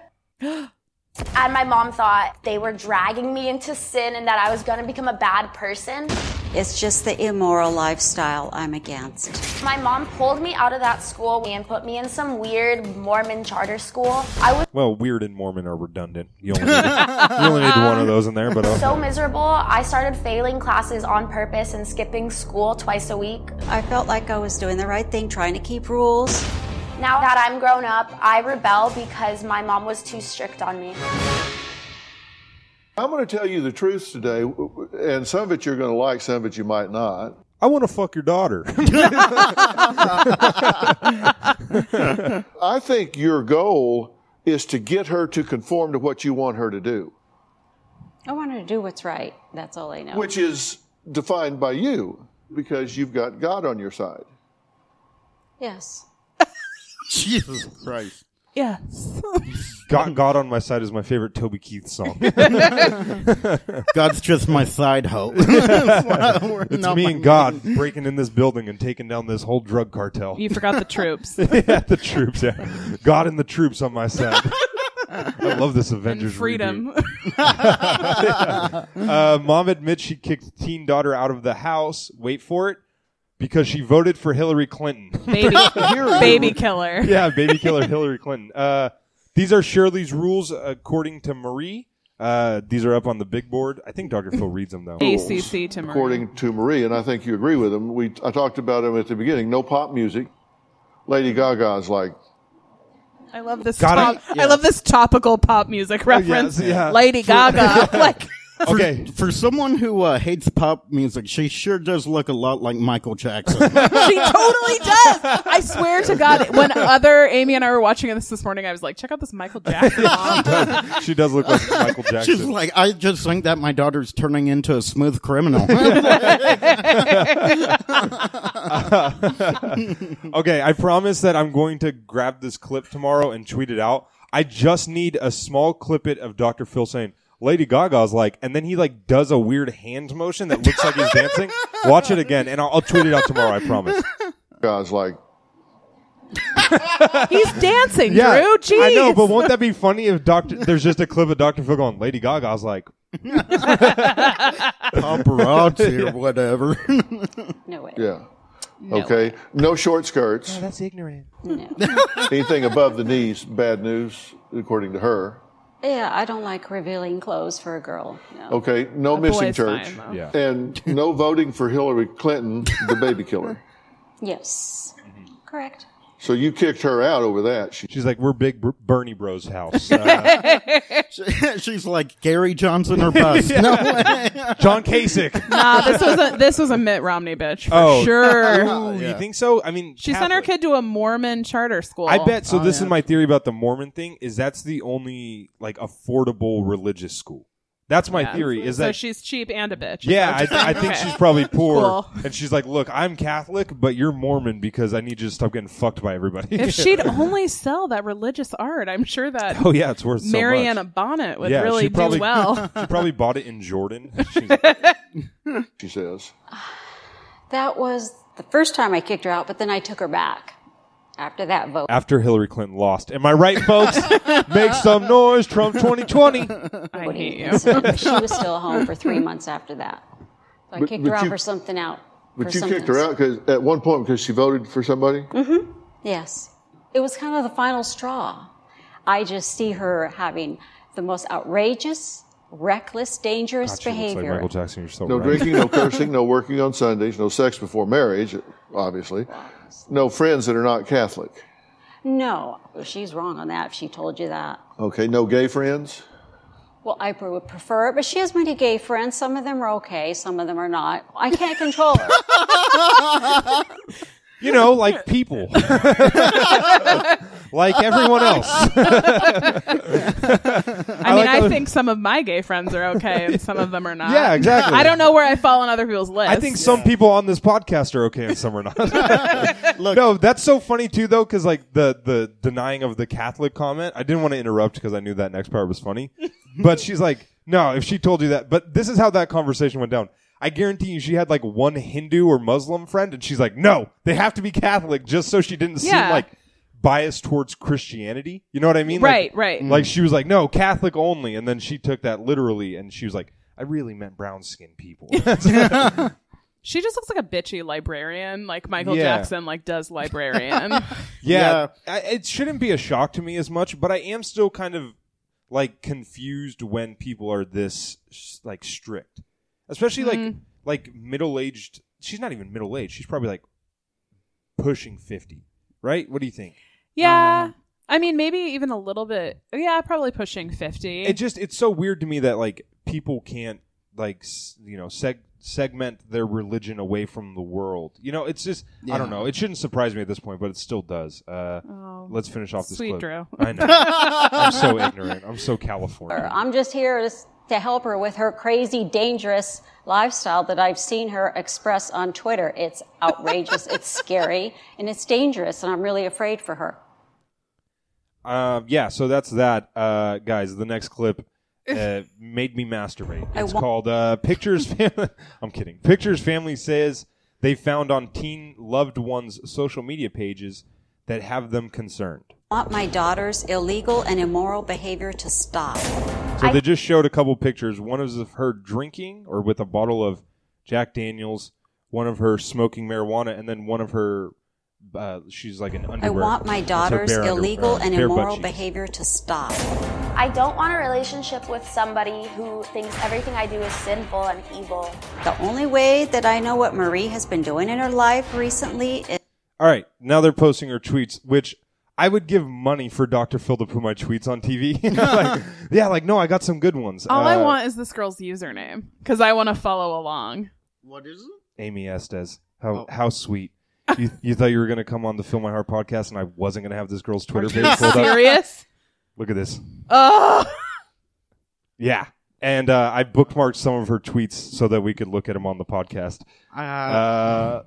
[SPEAKER 5] And my mom thought they were dragging me into sin and that I was gonna become a bad person.
[SPEAKER 4] It's just the immoral lifestyle I'm against.
[SPEAKER 5] My mom pulled me out of that school and put me in some weird Mormon charter school. I was
[SPEAKER 1] well, weird and Mormon are redundant. You only need, you only need one of those in there, but uh, okay.
[SPEAKER 5] so miserable. I started failing classes on purpose and skipping school twice a week.
[SPEAKER 4] I felt like I was doing the right thing, trying to keep rules.
[SPEAKER 5] Now that I'm grown up, I rebel because my mom was too strict on me.
[SPEAKER 6] I'm going to tell you the truth today, and some of it you're going to like, some of it you might not.
[SPEAKER 1] I want to fuck your daughter.
[SPEAKER 6] I think your goal is to get her to conform to what you want her to do,
[SPEAKER 4] I wanted to do what's right. That's all I know.
[SPEAKER 6] which is defined by you because you've got God on your side.
[SPEAKER 4] yes.
[SPEAKER 2] Jesus Christ.
[SPEAKER 3] yes.
[SPEAKER 1] God, God on my side is my favorite Toby Keith song.
[SPEAKER 2] God's just my side hoe. it's
[SPEAKER 1] It's me and God breaking in this building and taking down this whole drug cartel.
[SPEAKER 3] you forgot the troops.
[SPEAKER 1] yeah, the troops. Yeah, God and the troops on my side. I love this Avengers
[SPEAKER 3] and freedom.
[SPEAKER 1] reboot. Uh, Mom admits she kicked teen daughter out of the house. Wait for it, because she voted for Hillary Clinton.
[SPEAKER 3] baby, baby killer.
[SPEAKER 1] yeah, baby killer Hillary Clinton. Uh, these are Shirley's rules according to Marie. Uh, these are up on the big board. I think Dr. Phil reads them though.
[SPEAKER 3] ACC to Marie.
[SPEAKER 6] according to Marie, and I think you agree with him. We I talked about him at the beginning. No pop music. Lady Gaga's like,
[SPEAKER 3] I love this.
[SPEAKER 1] Got
[SPEAKER 3] Top,
[SPEAKER 1] it? Oh,
[SPEAKER 3] I love this topical pop music reference.
[SPEAKER 1] yeah.
[SPEAKER 3] Lady Gaga. like
[SPEAKER 1] Okay,
[SPEAKER 2] For someone who uh, hates pop music, she sure does look a lot like Michael Jackson.
[SPEAKER 3] she totally does. I swear to God, when other Amy and I were watching this this morning, I was like, check out this Michael Jackson. song.
[SPEAKER 1] she does look like Michael Jackson.
[SPEAKER 2] She's like, I just think that my daughter's turning into a smooth criminal.
[SPEAKER 1] Okay, I promise that I'm going to grab this clip tomorrow and tweet it out. I just need a small clip it of Dr. Phil saying Lady Gaga's like, and then he like does a weird hand motion that looks like he's dancing. Watch it again, and I'll, I'll tweet it out tomorrow. I promise.
[SPEAKER 6] Gaga's like,
[SPEAKER 3] He's dancing, Drew. Jeez.
[SPEAKER 1] I know, but won't that be funny if Doctor? There's just a clip of Dr. Phil going, Lady Gaga's like,
[SPEAKER 2] Paparazzi or whatever.
[SPEAKER 4] No way.
[SPEAKER 6] yeah, okay, no short skirts.
[SPEAKER 1] "That's ignorant."
[SPEAKER 6] Anything above the knees, bad news, according to her.
[SPEAKER 4] Yeah, I don't like revealing clothes for a girl. No.
[SPEAKER 6] Okay, no missing
[SPEAKER 3] boy's
[SPEAKER 6] church,
[SPEAKER 3] fine, though.
[SPEAKER 1] Yeah.
[SPEAKER 6] and no voting for Hillary Clinton, the baby killer.
[SPEAKER 4] Yes. Correct.
[SPEAKER 6] So you kicked her out over that. She
[SPEAKER 1] She's like, "We're big Br- Bernie Bros house." Uh,
[SPEAKER 2] She's like, Gary Johnson or bust. No way.
[SPEAKER 1] John Kasich.
[SPEAKER 3] Nah, this was a this was a Mitt Romney bitch for
[SPEAKER 1] Oh.
[SPEAKER 3] sure.
[SPEAKER 1] Ooh, You think so? I mean,
[SPEAKER 3] She sent her
[SPEAKER 1] Catholic.
[SPEAKER 3] kid to a Mormon charter school.
[SPEAKER 1] I bet. So
[SPEAKER 2] Oh,
[SPEAKER 1] this
[SPEAKER 2] yeah.
[SPEAKER 1] is my theory about the Mormon thing: is that's the only like affordable religious school. That's my theory. Is
[SPEAKER 3] so
[SPEAKER 1] that
[SPEAKER 3] she's cheap and a bitch.
[SPEAKER 1] yeah? I, I think she's probably poor,
[SPEAKER 3] Cool.
[SPEAKER 1] and she's like, "Look, I'm Catholic, but you're Mormon because I need you to stop getting fucked by everybody."
[SPEAKER 3] If she'd only sell that religious art, I'm sure that
[SPEAKER 1] oh yeah, it's worth
[SPEAKER 3] Mariana
[SPEAKER 1] so much.
[SPEAKER 3] Bonnet would
[SPEAKER 1] Yeah,
[SPEAKER 3] really
[SPEAKER 1] she probably-
[SPEAKER 3] do well.
[SPEAKER 1] She probably bought it in Jordan. She's-
[SPEAKER 6] she says,
[SPEAKER 4] That was the first time I kicked her out, but then I took her back after that vote.
[SPEAKER 1] after Hillary Clinton lost, am I right, folks? Make some noise, Trump 2020.
[SPEAKER 3] I hate you.
[SPEAKER 4] And so she was still home for three months after that. So I
[SPEAKER 6] But-
[SPEAKER 4] kicked
[SPEAKER 6] but
[SPEAKER 4] her out
[SPEAKER 6] you-
[SPEAKER 4] for something out.
[SPEAKER 6] but
[SPEAKER 4] for
[SPEAKER 6] you
[SPEAKER 4] something
[SPEAKER 6] kicked her
[SPEAKER 4] else.
[SPEAKER 6] out because at one point because she voted for somebody.
[SPEAKER 4] Yes. It was kind of the final straw. I just see her having the most outrageous, reckless, dangerous
[SPEAKER 1] She looks like
[SPEAKER 4] behavior.
[SPEAKER 1] Michael Jackson. You're so
[SPEAKER 6] No
[SPEAKER 1] right.
[SPEAKER 6] drinking, no cursing, no working on Sundays, no sex before marriage, obviously. No friends that are not Catholic.
[SPEAKER 4] no, she's wrong on that if she told you that.
[SPEAKER 6] Okay, no gay friends.
[SPEAKER 4] Well, I pr- would prefer it, but she has many gay friends. Some of them are okay, some of them are not. I can't control her.
[SPEAKER 1] you know, like people, like everyone else.
[SPEAKER 3] I mean,
[SPEAKER 1] like
[SPEAKER 3] I
[SPEAKER 1] how-
[SPEAKER 3] think some of my gay friends are okay, and some of them are not.
[SPEAKER 1] Yeah, exactly.
[SPEAKER 3] I don't know where I fall on other people's list.
[SPEAKER 1] I think some people on this podcast are okay and some are not.
[SPEAKER 2] Look,
[SPEAKER 1] no, that's so funny too, though, because like the the denying of the Catholic comment. I didn't want to interrupt because I knew that next part was funny, but she's like, no, if she told you that, but this is how that conversation went down. I guarantee you, she had like one Hindu or Muslim friend, and she's like, no, they have to be Catholic, just so she didn't seem
[SPEAKER 3] Yeah.
[SPEAKER 1] like biased towards Christianity. You know what I mean? Like-
[SPEAKER 3] Right, right.
[SPEAKER 1] Like she was like, no, Catholic only, and then she took that literally, and she was like. I really meant brown skinned people.
[SPEAKER 3] she just looks like a bitchy librarian, like Michael
[SPEAKER 1] Yeah.
[SPEAKER 3] Jackson, like does librarian.
[SPEAKER 1] Yeah, I, it shouldn't be a shock to me as much, but I am still kind of like confused when people are this s- like strict, especially like like middle aged. She's not even middle aged. She's probably like pushing fifty, right? What do you think?
[SPEAKER 3] yeah, I mean, maybe even a little bit. Yeah, probably pushing fifty.
[SPEAKER 1] It just it's so weird to me that like people can't like s- you know seg- segment their religion away from the world. You know, it's just I don't know. It shouldn't surprise me at this point, but it still does. Uh, let's finish off this.
[SPEAKER 3] Oh, sweet
[SPEAKER 1] clip.
[SPEAKER 3] Drew.
[SPEAKER 1] I know. I'm so ignorant. I'm so California.
[SPEAKER 4] I'm just here to, s- to help her with her crazy, dangerous lifestyle that I've seen her express on Twitter. It's outrageous, it's scary, and it's dangerous, and I'm really afraid for her.
[SPEAKER 1] Um, yeah, so that's that, uh, guys. The next clip uh, made me masturbate. It's
[SPEAKER 4] wa-
[SPEAKER 1] called uh, "Pictures." Fam- I'm kidding. Pictures family says they found on teen loved ones' social media pages that have them concerned.
[SPEAKER 4] want my daughter's illegal and immoral behavior to stop.
[SPEAKER 1] So they just showed a couple pictures. One is of her drinking or with a bottle of Jack Daniels. One of her smoking marijuana, and then one of her. Uh, she's like an underwear.
[SPEAKER 4] I want my
[SPEAKER 1] it's her
[SPEAKER 4] daughter's
[SPEAKER 1] bare under-
[SPEAKER 4] illegal
[SPEAKER 1] uh,
[SPEAKER 4] and
[SPEAKER 1] bare butt
[SPEAKER 4] immoral
[SPEAKER 1] cheeks.
[SPEAKER 4] behavior to stop.
[SPEAKER 5] I don't want a relationship with somebody who thinks everything I do is sinful and evil.
[SPEAKER 4] The only way that I know what Marie has been doing in her life recently is
[SPEAKER 1] All right, now they're posting her tweets, which I would give money for Dr. Phil to put my tweets on TV. Like, yeah, like no, I got some good ones.
[SPEAKER 3] All I
[SPEAKER 1] Uh,
[SPEAKER 3] want is this girl's username because I want to follow along.
[SPEAKER 2] What is it?
[SPEAKER 1] Amy Estes. How
[SPEAKER 3] Oh.
[SPEAKER 1] how sweet. You, you thought you were going to come on the Fill My Heart podcast, and I wasn't going to have this girl's Twitter page pulled up.
[SPEAKER 3] Serious?
[SPEAKER 1] Look at this.
[SPEAKER 3] Oh,
[SPEAKER 1] Yeah, and uh, I bookmarked some of her tweets so that we could look at them on the podcast.
[SPEAKER 2] Uh,
[SPEAKER 1] Uh,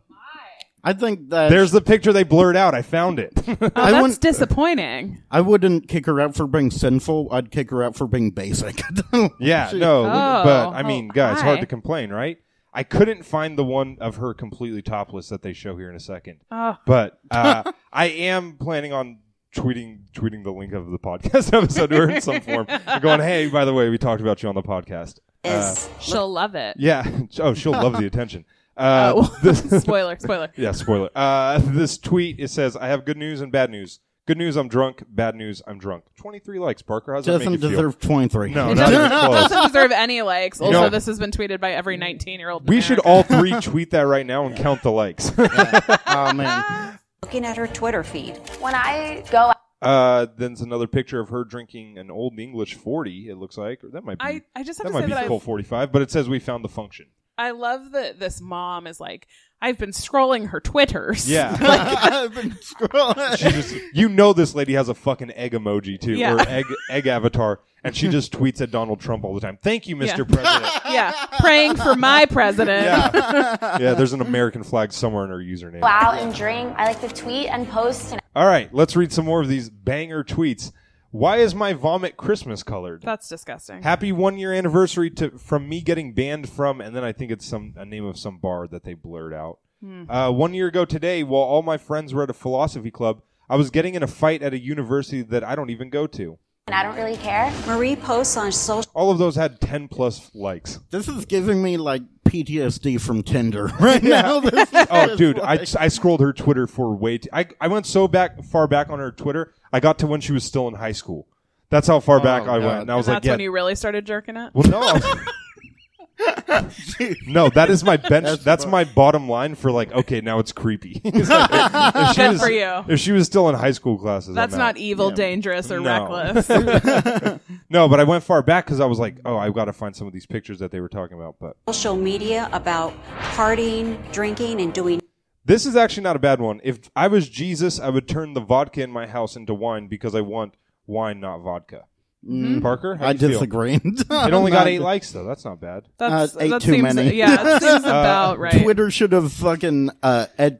[SPEAKER 2] I think that
[SPEAKER 1] there's the picture they blurred out. I found it.
[SPEAKER 3] oh that's
[SPEAKER 2] wouldn't-
[SPEAKER 3] disappointing.
[SPEAKER 2] I wouldn't kick her out for being sinful. I'd kick her out for being basic.
[SPEAKER 1] Yeah, no, but I
[SPEAKER 3] Oh,
[SPEAKER 1] mean, guys, hard
[SPEAKER 3] hi.
[SPEAKER 1] to complain, right? I couldn't find the one of her completely topless that they show here in a second,
[SPEAKER 3] Oh,
[SPEAKER 1] but uh, I am planning on tweeting tweeting the link of the podcast episode to her in some form, and going, "Hey, by the way, we talked about you on the podcast." Uh,
[SPEAKER 3] she'll love it.
[SPEAKER 1] yeah, oh, she'll love the attention. Uh,
[SPEAKER 3] oh,
[SPEAKER 1] this-
[SPEAKER 3] spoiler, spoiler.
[SPEAKER 1] yeah, spoiler. Uh, this tweet it says, "I have good news and bad news. Good news, I'm drunk. Bad news, I'm drunk." Twenty three likes, Parker. How's that
[SPEAKER 2] doesn't
[SPEAKER 1] make you feel?
[SPEAKER 2] deserve 23.
[SPEAKER 1] No, not even close.
[SPEAKER 3] Doesn't deserve any likes. Also,
[SPEAKER 1] know-
[SPEAKER 3] this has been tweeted by every 19 year old.
[SPEAKER 1] We should all three tweet that right now and count the likes.
[SPEAKER 2] oh, man.
[SPEAKER 4] looking at her Twitter feed.
[SPEAKER 5] When I go
[SPEAKER 1] uh, then's another picture of her drinking an old English 40, it looks like. Or that might be,
[SPEAKER 3] I, I just have
[SPEAKER 1] that
[SPEAKER 3] to
[SPEAKER 1] might
[SPEAKER 3] say
[SPEAKER 1] be
[SPEAKER 3] that
[SPEAKER 1] full
[SPEAKER 3] I've,
[SPEAKER 1] 45, but it says we found the function.
[SPEAKER 3] I love that this mom is like, I've been scrolling her Twitters.
[SPEAKER 1] Yeah.
[SPEAKER 2] I've been scrolling.
[SPEAKER 1] she just, you know this lady has a fucking egg emoji, too,
[SPEAKER 3] Yeah.
[SPEAKER 1] or egg, egg avatar, and she just tweets at Donald Trump all the time. Thank you, Mr.
[SPEAKER 3] Yeah.
[SPEAKER 1] President.
[SPEAKER 3] yeah. Praying for my president.
[SPEAKER 1] Yeah. yeah, there's an American flag somewhere in her username.
[SPEAKER 5] out and drink, I like to tweet and post and
[SPEAKER 1] All right, let's read some more of these banger tweets. Why is my vomit Christmas colored?
[SPEAKER 3] That's disgusting.
[SPEAKER 1] happy one year anniversary to from me getting banned from and then i think it's some a name of some bar that they blurred out uh, one year ago today while all my friends were at a philosophy club i was getting in a fight at a university that i don't even go to
[SPEAKER 5] I don't really care.
[SPEAKER 4] Marie posts on social
[SPEAKER 1] all of those had 10 plus likes
[SPEAKER 2] This is giving me like PTSD from Tinder right now. This
[SPEAKER 1] oh
[SPEAKER 2] is
[SPEAKER 1] dude I,
[SPEAKER 2] like-
[SPEAKER 1] I scrolled her twitter for way too I, I went so back far back on her twitter i got to when she was still in high school that's how far back i went and i was
[SPEAKER 3] That's
[SPEAKER 1] like yeah
[SPEAKER 3] when you really started jerking it.
[SPEAKER 1] Well, no. I was- no, that is my bench. That's, my bottom line for like, okay, now it's creepy. It's like, if she
[SPEAKER 3] Good
[SPEAKER 1] was-
[SPEAKER 3] for you.
[SPEAKER 1] If she was still in high school classes,
[SPEAKER 3] That's
[SPEAKER 1] I'm
[SPEAKER 3] not
[SPEAKER 1] out.
[SPEAKER 3] evil, dangerous, or
[SPEAKER 1] No.
[SPEAKER 3] reckless.
[SPEAKER 2] Uh,
[SPEAKER 1] No, but I went far back because I was like, oh, I've got to find some of these pictures that they were talking about. But
[SPEAKER 4] social media about partying, drinking, and doing
[SPEAKER 1] this is actually not a bad one. If I was Jesus, I would turn the vodka in my house into wine because I want wine, not vodka. Parker, how
[SPEAKER 2] Mm-hmm. I
[SPEAKER 1] do you
[SPEAKER 2] disagree. It
[SPEAKER 1] Feel? It only got eight likes though. That's not bad.
[SPEAKER 3] That's,
[SPEAKER 2] Uh, ate
[SPEAKER 3] that
[SPEAKER 2] too
[SPEAKER 3] seems,
[SPEAKER 2] many. Uh,
[SPEAKER 3] Yeah, it seems about right.
[SPEAKER 2] Twitter should have fucking uh, Ed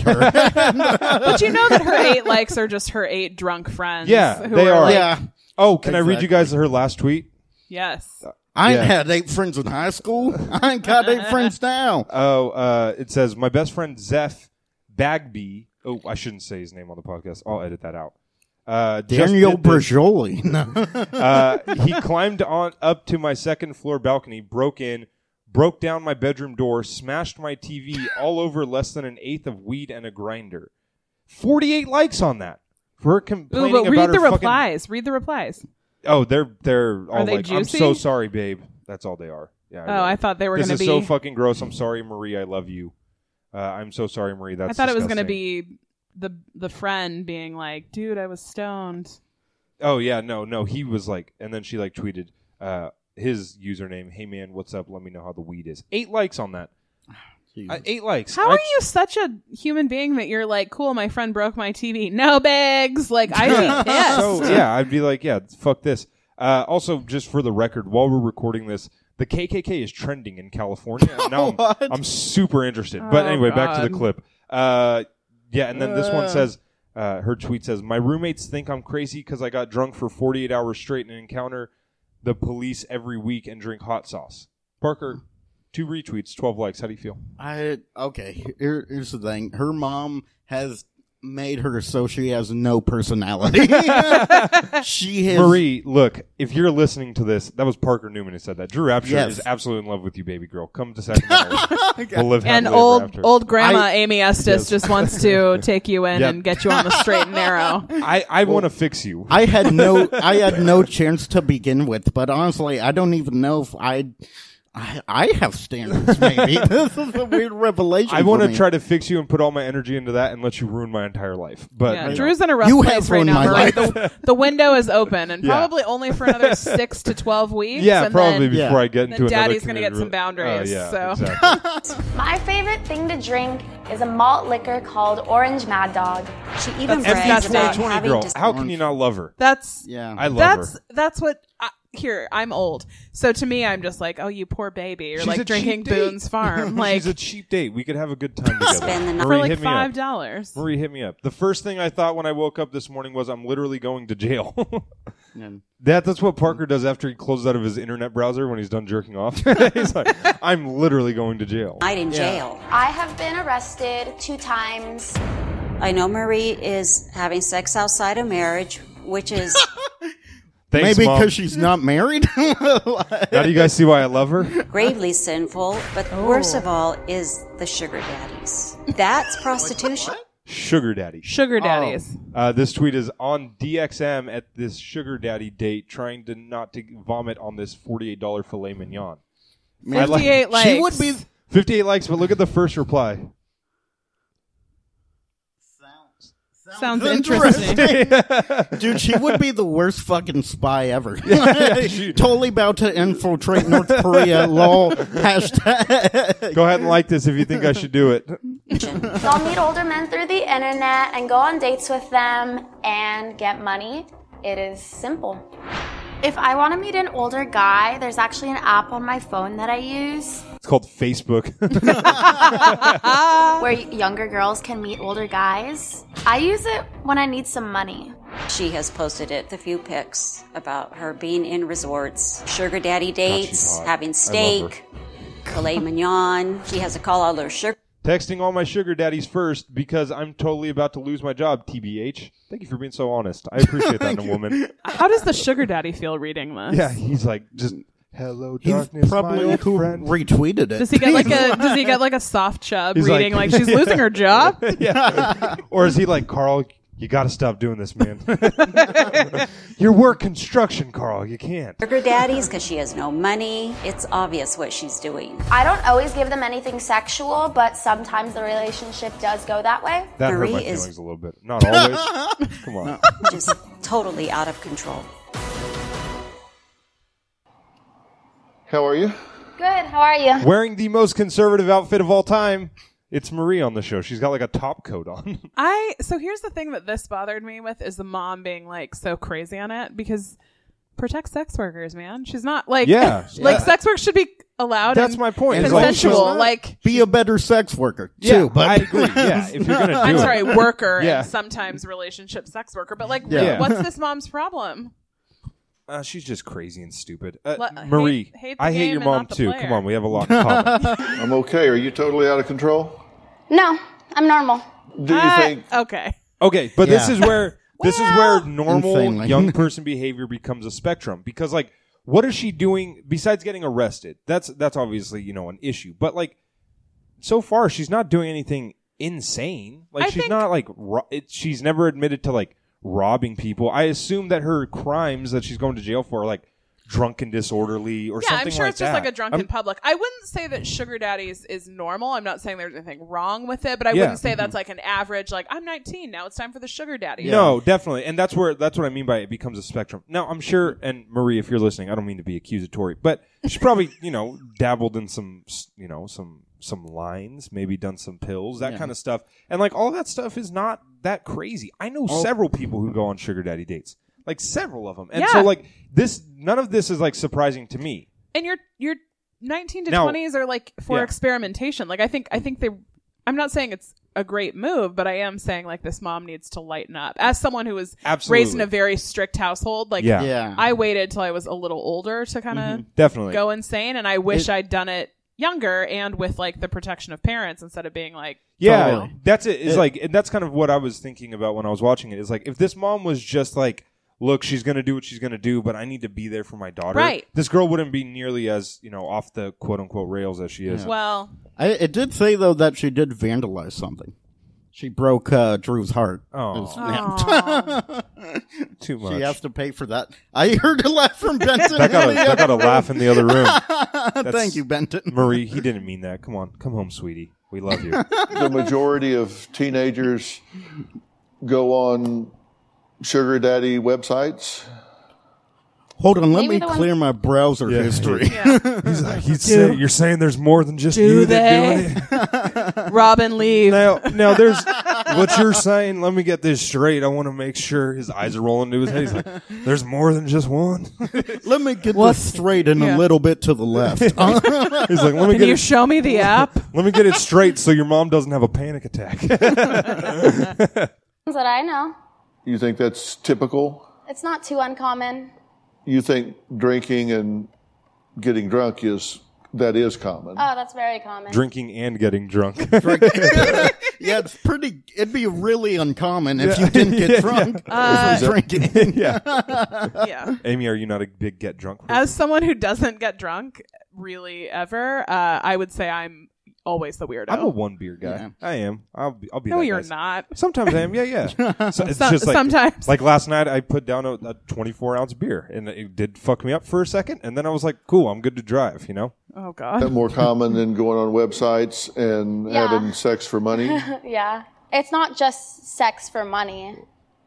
[SPEAKER 2] her.
[SPEAKER 3] But you know that her eight likes are just her eight drunk friends.
[SPEAKER 1] Yeah,
[SPEAKER 3] who
[SPEAKER 1] they
[SPEAKER 3] are.
[SPEAKER 1] are.
[SPEAKER 3] like,
[SPEAKER 2] yeah.
[SPEAKER 1] Oh, can I read you guys her last tweet?
[SPEAKER 3] Yes.
[SPEAKER 1] Uh,
[SPEAKER 2] I ain't
[SPEAKER 1] Yeah.
[SPEAKER 2] had eight friends in high school. I ain't got eight friends now.
[SPEAKER 1] Oh, uh, it says my best friend Zeph Bagby. Oh, I shouldn't say his name on the podcast. I'll edit that out. Uh, just
[SPEAKER 2] Daniel
[SPEAKER 1] did this.
[SPEAKER 2] Berjoli. No.
[SPEAKER 1] Uh, he climbed on up to my second floor balcony, broke in, broke down my bedroom door, smashed my TV all over less than an eighth of weed and a grinder. Forty-eight likes on that for her
[SPEAKER 3] Ooh,
[SPEAKER 1] complaining
[SPEAKER 3] but
[SPEAKER 1] about
[SPEAKER 3] read the
[SPEAKER 1] her fucking.
[SPEAKER 3] replies. Read the replies.
[SPEAKER 1] Oh, they're they're all
[SPEAKER 3] Are they
[SPEAKER 1] like, I'm
[SPEAKER 3] juicy?
[SPEAKER 1] so sorry, babe. That's all they are. Yeah.
[SPEAKER 3] Oh, I thought they were
[SPEAKER 1] this
[SPEAKER 3] going to
[SPEAKER 1] is
[SPEAKER 3] be.
[SPEAKER 1] so fucking gross. I'm sorry, Marie. I love you. Uh, I'm so sorry, Marie. That's
[SPEAKER 3] I thought it was
[SPEAKER 1] going
[SPEAKER 3] going to be the the friend being like, "Dude, I was stoned."
[SPEAKER 1] Oh yeah, no, no. He was like, and then she like tweeted uh, his username. Hey man, what's up? Let me know how the weed is. Eight likes on that. Uh, eight likes.
[SPEAKER 3] How
[SPEAKER 1] I-
[SPEAKER 3] are you such a human being that you're like, "Cool, my friend broke my TV. No bags." Like I would be pissed.
[SPEAKER 1] So yeah, I'd be like, yeah, fuck this. Uh, also, just for the record, while we're recording this, the KKK is trending in California. And now I'm, I'm super interested. but
[SPEAKER 3] Oh,
[SPEAKER 1] anyway, back to the
[SPEAKER 3] God.
[SPEAKER 1] clip. Uh, yeah, and then this one says, Uh, her tweet says, "My roommates think I'm crazy because I got drunk for 48 hours straight and encounter the police every week and drink hot sauce." Parker, two retweets, 12 likes. How do you feel?
[SPEAKER 2] I okay. Here, here's the thing. Her mom has made her so she has no personality. she has
[SPEAKER 1] Marie, look, if you're listening to this, that was Parker Newman who said that. Drew Rapture
[SPEAKER 2] Yes.
[SPEAKER 1] is absolutely in love with you, baby girl. Come to Sacramento. we'll live happily
[SPEAKER 3] And
[SPEAKER 1] ever
[SPEAKER 3] old
[SPEAKER 1] after.
[SPEAKER 3] old grandma
[SPEAKER 2] I-
[SPEAKER 3] Amy Estes just wants to take you in
[SPEAKER 1] Yep.
[SPEAKER 3] and get you on the straight and narrow.
[SPEAKER 1] I, I want to fix you.
[SPEAKER 2] I had no I had no chance to begin with, but honestly, I don't even know if I I, I have standards. Maybe this is a weird revelation.
[SPEAKER 1] I want
[SPEAKER 2] for
[SPEAKER 1] to
[SPEAKER 2] me.
[SPEAKER 1] try to fix you and put all my energy into that and let you ruin my entire life. But
[SPEAKER 3] Yeah,
[SPEAKER 1] you know,
[SPEAKER 3] Drew's in a rough
[SPEAKER 2] You
[SPEAKER 3] place
[SPEAKER 2] have
[SPEAKER 3] right
[SPEAKER 2] ruined
[SPEAKER 3] now.
[SPEAKER 2] my
[SPEAKER 3] Marie. The, the window is open, and
[SPEAKER 1] Yeah.
[SPEAKER 3] probably only for another six to twelve weeks.
[SPEAKER 1] yeah,
[SPEAKER 3] and
[SPEAKER 1] probably
[SPEAKER 3] Then,
[SPEAKER 1] before
[SPEAKER 2] Yeah.
[SPEAKER 1] I get
[SPEAKER 3] then
[SPEAKER 1] into another
[SPEAKER 3] daddy's gonna
[SPEAKER 1] committed
[SPEAKER 3] get some
[SPEAKER 1] rela-
[SPEAKER 3] boundaries,
[SPEAKER 1] Oh, yeah,
[SPEAKER 3] so.
[SPEAKER 1] exactly.
[SPEAKER 5] My favorite thing to drink is a malt liquor called Orange Mad Dog.
[SPEAKER 4] She even
[SPEAKER 3] That's
[SPEAKER 4] brags
[SPEAKER 3] disgusting.
[SPEAKER 4] about
[SPEAKER 1] 20
[SPEAKER 4] having
[SPEAKER 1] girl.
[SPEAKER 4] to
[SPEAKER 1] How can you not love her?
[SPEAKER 3] That's
[SPEAKER 2] Yeah.
[SPEAKER 1] I love
[SPEAKER 3] that's
[SPEAKER 1] her.
[SPEAKER 3] that's what I, here I'm old, so to me I'm just like, oh, you poor baby. You're
[SPEAKER 1] She's a
[SPEAKER 3] like
[SPEAKER 1] cheap
[SPEAKER 3] drinking
[SPEAKER 1] date.
[SPEAKER 3] Boone's Farm, like
[SPEAKER 1] She's a cheap date. We could have a good time together.
[SPEAKER 4] Spend the night.
[SPEAKER 1] Marie,
[SPEAKER 3] for like
[SPEAKER 1] hit me
[SPEAKER 3] five
[SPEAKER 1] up.
[SPEAKER 3] dollars.
[SPEAKER 1] Marie, hit me up. The first thing I thought when I woke up this morning was I'm literally going to jail. that that's what Parker does after he closes out of his internet browser when he's done jerking off. he's like, I'm literally going to jail.
[SPEAKER 4] night in jail.
[SPEAKER 5] I have been arrested two times.
[SPEAKER 4] I know Marie is having sex outside of marriage, which is
[SPEAKER 1] Thanks,
[SPEAKER 2] Maybe
[SPEAKER 1] Mom.
[SPEAKER 2] because she's not married.
[SPEAKER 1] Now do you guys see why I love her?
[SPEAKER 4] gravely sinful, but worst of all is the sugar daddies. That's prostitution.
[SPEAKER 1] Sugar daddy.
[SPEAKER 3] Sugar daddies.
[SPEAKER 1] Uh, this tweet is on DXM at this sugar daddy date, trying to not to vomit on this forty-eight dollar filet mignon. I like-
[SPEAKER 3] Fifty-eight likes.
[SPEAKER 2] she would be
[SPEAKER 1] Fifty-eight likes, but look at the first reply.
[SPEAKER 3] Sounds interesting.
[SPEAKER 2] Dude, she would be the worst fucking spy ever. totally about to infiltrate North Korea. Lol. Hashtag.
[SPEAKER 1] Go ahead and like this if you think I should do it.
[SPEAKER 5] So I'll meet older men through the internet and go on dates with them and get money. It is simple. If I want to meet an older guy, there's actually an app on my phone that I use
[SPEAKER 1] It's called Facebook.
[SPEAKER 5] where younger girls can meet older guys. I use it when I need some money.
[SPEAKER 4] She has posted it, the few pics about her being in resorts, sugar daddy dates,
[SPEAKER 1] hot. I
[SPEAKER 4] having
[SPEAKER 1] love
[SPEAKER 4] steak, filet mignon. She has to call all her sugar
[SPEAKER 1] Texting all my sugar daddies first because I'm totally about to lose my job. TBH. Thank you for being so honest. I appreciate that in a woman.
[SPEAKER 3] How does the sugar daddy feel reading this?
[SPEAKER 1] Yeah, he's like just hello
[SPEAKER 2] He's
[SPEAKER 1] darkness,
[SPEAKER 2] probably
[SPEAKER 1] my old
[SPEAKER 2] who
[SPEAKER 1] friend.
[SPEAKER 2] retweeted it.
[SPEAKER 3] Does he get like a Does he get like a soft chub
[SPEAKER 1] He's
[SPEAKER 3] reading
[SPEAKER 1] like-
[SPEAKER 3] like, she's losing her job?
[SPEAKER 1] yeah. Or is he like Carl? You got to stop doing this, man. Your work construction, Carl. You can't.
[SPEAKER 4] sugar daddies because she has no money. It's obvious what she's doing.
[SPEAKER 5] I don't always give them anything sexual, but sometimes the relationship does go that way.
[SPEAKER 1] That hurt my
[SPEAKER 4] Marie is-
[SPEAKER 1] feelings a little bit. Not always. Come on.
[SPEAKER 4] Just totally out of control.
[SPEAKER 6] How are you?
[SPEAKER 5] Good, how are you?
[SPEAKER 1] Wearing the most conservative outfit of all time. It's Marie on the show. She's got like a top coat on.
[SPEAKER 3] I so here's the thing that this bothered me with is the mom being like so crazy on it because protect sex workers, man. She's not like
[SPEAKER 1] Yeah,
[SPEAKER 3] like
[SPEAKER 1] yeah.
[SPEAKER 3] sex work should be allowed.
[SPEAKER 1] That's
[SPEAKER 3] and
[SPEAKER 1] my point.
[SPEAKER 2] It's like-
[SPEAKER 3] Consensual,
[SPEAKER 2] She's not-
[SPEAKER 3] like.
[SPEAKER 2] Be a better sex worker, too.
[SPEAKER 1] yeah,
[SPEAKER 2] but
[SPEAKER 1] I agree. Yeah, if you're gonna do
[SPEAKER 3] I'm
[SPEAKER 1] it.
[SPEAKER 3] sorry, worker
[SPEAKER 1] Yeah.
[SPEAKER 3] and sometimes relationship sex worker, but like,
[SPEAKER 1] Yeah.
[SPEAKER 3] what's this mom's problem?
[SPEAKER 1] Uh, she's just crazy and stupid. Uh,
[SPEAKER 3] Le-
[SPEAKER 1] Marie,
[SPEAKER 3] hate- hate the
[SPEAKER 1] I hate
[SPEAKER 3] game
[SPEAKER 1] your
[SPEAKER 3] and
[SPEAKER 1] mom
[SPEAKER 3] not the
[SPEAKER 1] too.
[SPEAKER 3] player.
[SPEAKER 1] Come on, we have a lot in common.
[SPEAKER 6] I'm okay. Are you totally out of control?
[SPEAKER 5] No, I'm normal.
[SPEAKER 6] Do you
[SPEAKER 3] Ah,
[SPEAKER 6] think
[SPEAKER 3] okay,
[SPEAKER 1] okay, but this
[SPEAKER 2] Yeah.
[SPEAKER 1] is where this is where normal
[SPEAKER 2] Insanely.
[SPEAKER 1] young person behavior becomes a spectrum because like what is she doing besides getting arrested? That's that's obviously, you know, an issue. But like so far she's not doing anything insane. Like
[SPEAKER 3] I
[SPEAKER 1] she's
[SPEAKER 3] think-
[SPEAKER 1] not like ro- it, she's never admitted to like robbing people. I assume that her crimes that she's going to jail for are like drunk and disorderly or
[SPEAKER 3] yeah,
[SPEAKER 1] something
[SPEAKER 3] I'm sure
[SPEAKER 1] like
[SPEAKER 3] it's just
[SPEAKER 1] that.
[SPEAKER 3] like a drunk
[SPEAKER 1] I'm-
[SPEAKER 3] in public. I wouldn't say that sugar daddies is normal. I'm not saying there's anything wrong with it, but I
[SPEAKER 1] Yeah. mm-hmm.
[SPEAKER 3] wouldn't say that's like an average. Like, I'm 19 now; it's time for the sugar daddy.
[SPEAKER 1] No, definitely, and that's where that's what I mean by it becomes a spectrum. Now, I'm sure, and Marie, if you're listening, I don't mean to be accusatory, but she probably, you know, dabbled in some, s- you know, some some lines, maybe done some pills, that kind of stuff, and like all that stuff is not that crazy. I know several people who go on sugar daddy dates, like several of them, and so
[SPEAKER 3] Yeah.
[SPEAKER 1] like this, none of this is like surprising to me.
[SPEAKER 3] and your your 19 to
[SPEAKER 1] Now-
[SPEAKER 3] 20s are like for
[SPEAKER 1] Yeah.
[SPEAKER 3] experimentation like i think i think they I'm not saying it's a great move, but I am saying like this mom needs to lighten up. As someone who was
[SPEAKER 1] Absolutely.
[SPEAKER 3] raised in a very strict household, like
[SPEAKER 1] Yeah. Mm-hmm.
[SPEAKER 2] Yeah.
[SPEAKER 3] I waited till I was a little older to kind of
[SPEAKER 1] Definitely.
[SPEAKER 3] go insane, and I wish
[SPEAKER 2] It-
[SPEAKER 3] I'd done it younger and with like the protection of parents instead of being like,
[SPEAKER 1] Yeah,
[SPEAKER 2] Totally.
[SPEAKER 1] that's it. Is
[SPEAKER 2] It-
[SPEAKER 1] like and that's kind of what I was thinking about when I was watching it. Is like if this mom was just like, look, she's gonna do what she's gonna do, but I need to be there for my daughter.
[SPEAKER 3] Right.
[SPEAKER 1] This girl wouldn't be nearly as you know off the quote unquote rails as she is.
[SPEAKER 3] well,
[SPEAKER 2] I, it did say though that she did vandalize something. She broke uh, Drew's heart.
[SPEAKER 1] Oh.
[SPEAKER 2] It was-
[SPEAKER 1] Too much.
[SPEAKER 2] she has to pay for that. I heard a laugh from Benton.
[SPEAKER 1] that got a, that got a laugh in the other room.
[SPEAKER 2] Thank you, Benton.
[SPEAKER 1] Marie, he didn't mean that. Come on, come home, sweetie. We love you.
[SPEAKER 6] the majority of teenagers go on sugar daddy websites.
[SPEAKER 2] Hold on, let
[SPEAKER 5] Maybe
[SPEAKER 2] me
[SPEAKER 5] the one-
[SPEAKER 2] clear my browser history.
[SPEAKER 1] He's like, he's say, you're saying there's more than just
[SPEAKER 3] Do
[SPEAKER 1] you that
[SPEAKER 3] they?
[SPEAKER 1] doing it.
[SPEAKER 3] Robin, leave.
[SPEAKER 1] Now, now there's what you're saying. Let me get this straight. I want to make sure his eyes are rolling to his head. He's like, there's more than just one.
[SPEAKER 2] Let me get
[SPEAKER 3] What's-
[SPEAKER 2] this straight and a
[SPEAKER 3] yeah.
[SPEAKER 2] little bit to the left.
[SPEAKER 1] He's like, let me
[SPEAKER 3] Can
[SPEAKER 1] get
[SPEAKER 3] you
[SPEAKER 1] it,
[SPEAKER 3] show me the app?
[SPEAKER 1] let me get it straight so your mom doesn't have a panic attack.
[SPEAKER 5] Ones that I know.
[SPEAKER 6] You think that's typical?
[SPEAKER 5] It's not too uncommon.
[SPEAKER 6] You think drinking and getting drunk is that is common?
[SPEAKER 5] Oh, that's very common.
[SPEAKER 1] Drinking and getting drunk.
[SPEAKER 2] yeah, it's pretty. It'd be really uncommon if you didn't get drunk from drinking.
[SPEAKER 1] yeah.
[SPEAKER 3] yeah.
[SPEAKER 1] Amy, are you not a big get drunk? person?
[SPEAKER 3] As someone who doesn't get drunk really ever, uh, I would say I'm always the weirdo.
[SPEAKER 1] I'm a one beer guy.
[SPEAKER 2] Yeah.
[SPEAKER 1] I am. I'll be. I'll be.
[SPEAKER 3] no,
[SPEAKER 1] that
[SPEAKER 3] you're
[SPEAKER 1] guy.
[SPEAKER 3] not.
[SPEAKER 1] Sometimes I am. Yeah, yeah. So it's
[SPEAKER 3] Some-
[SPEAKER 1] just like,
[SPEAKER 3] sometimes.
[SPEAKER 1] Like last night, I put down a, a 24 ounce beer, and it did fuck me up for a second. And then I was like, "Cool, I'm good to drive." You know.
[SPEAKER 3] Oh
[SPEAKER 6] Is that
[SPEAKER 3] god.
[SPEAKER 6] more common than going on websites and
[SPEAKER 5] Yeah.
[SPEAKER 6] having sex for money?
[SPEAKER 5] Yeah. It's not just sex for money.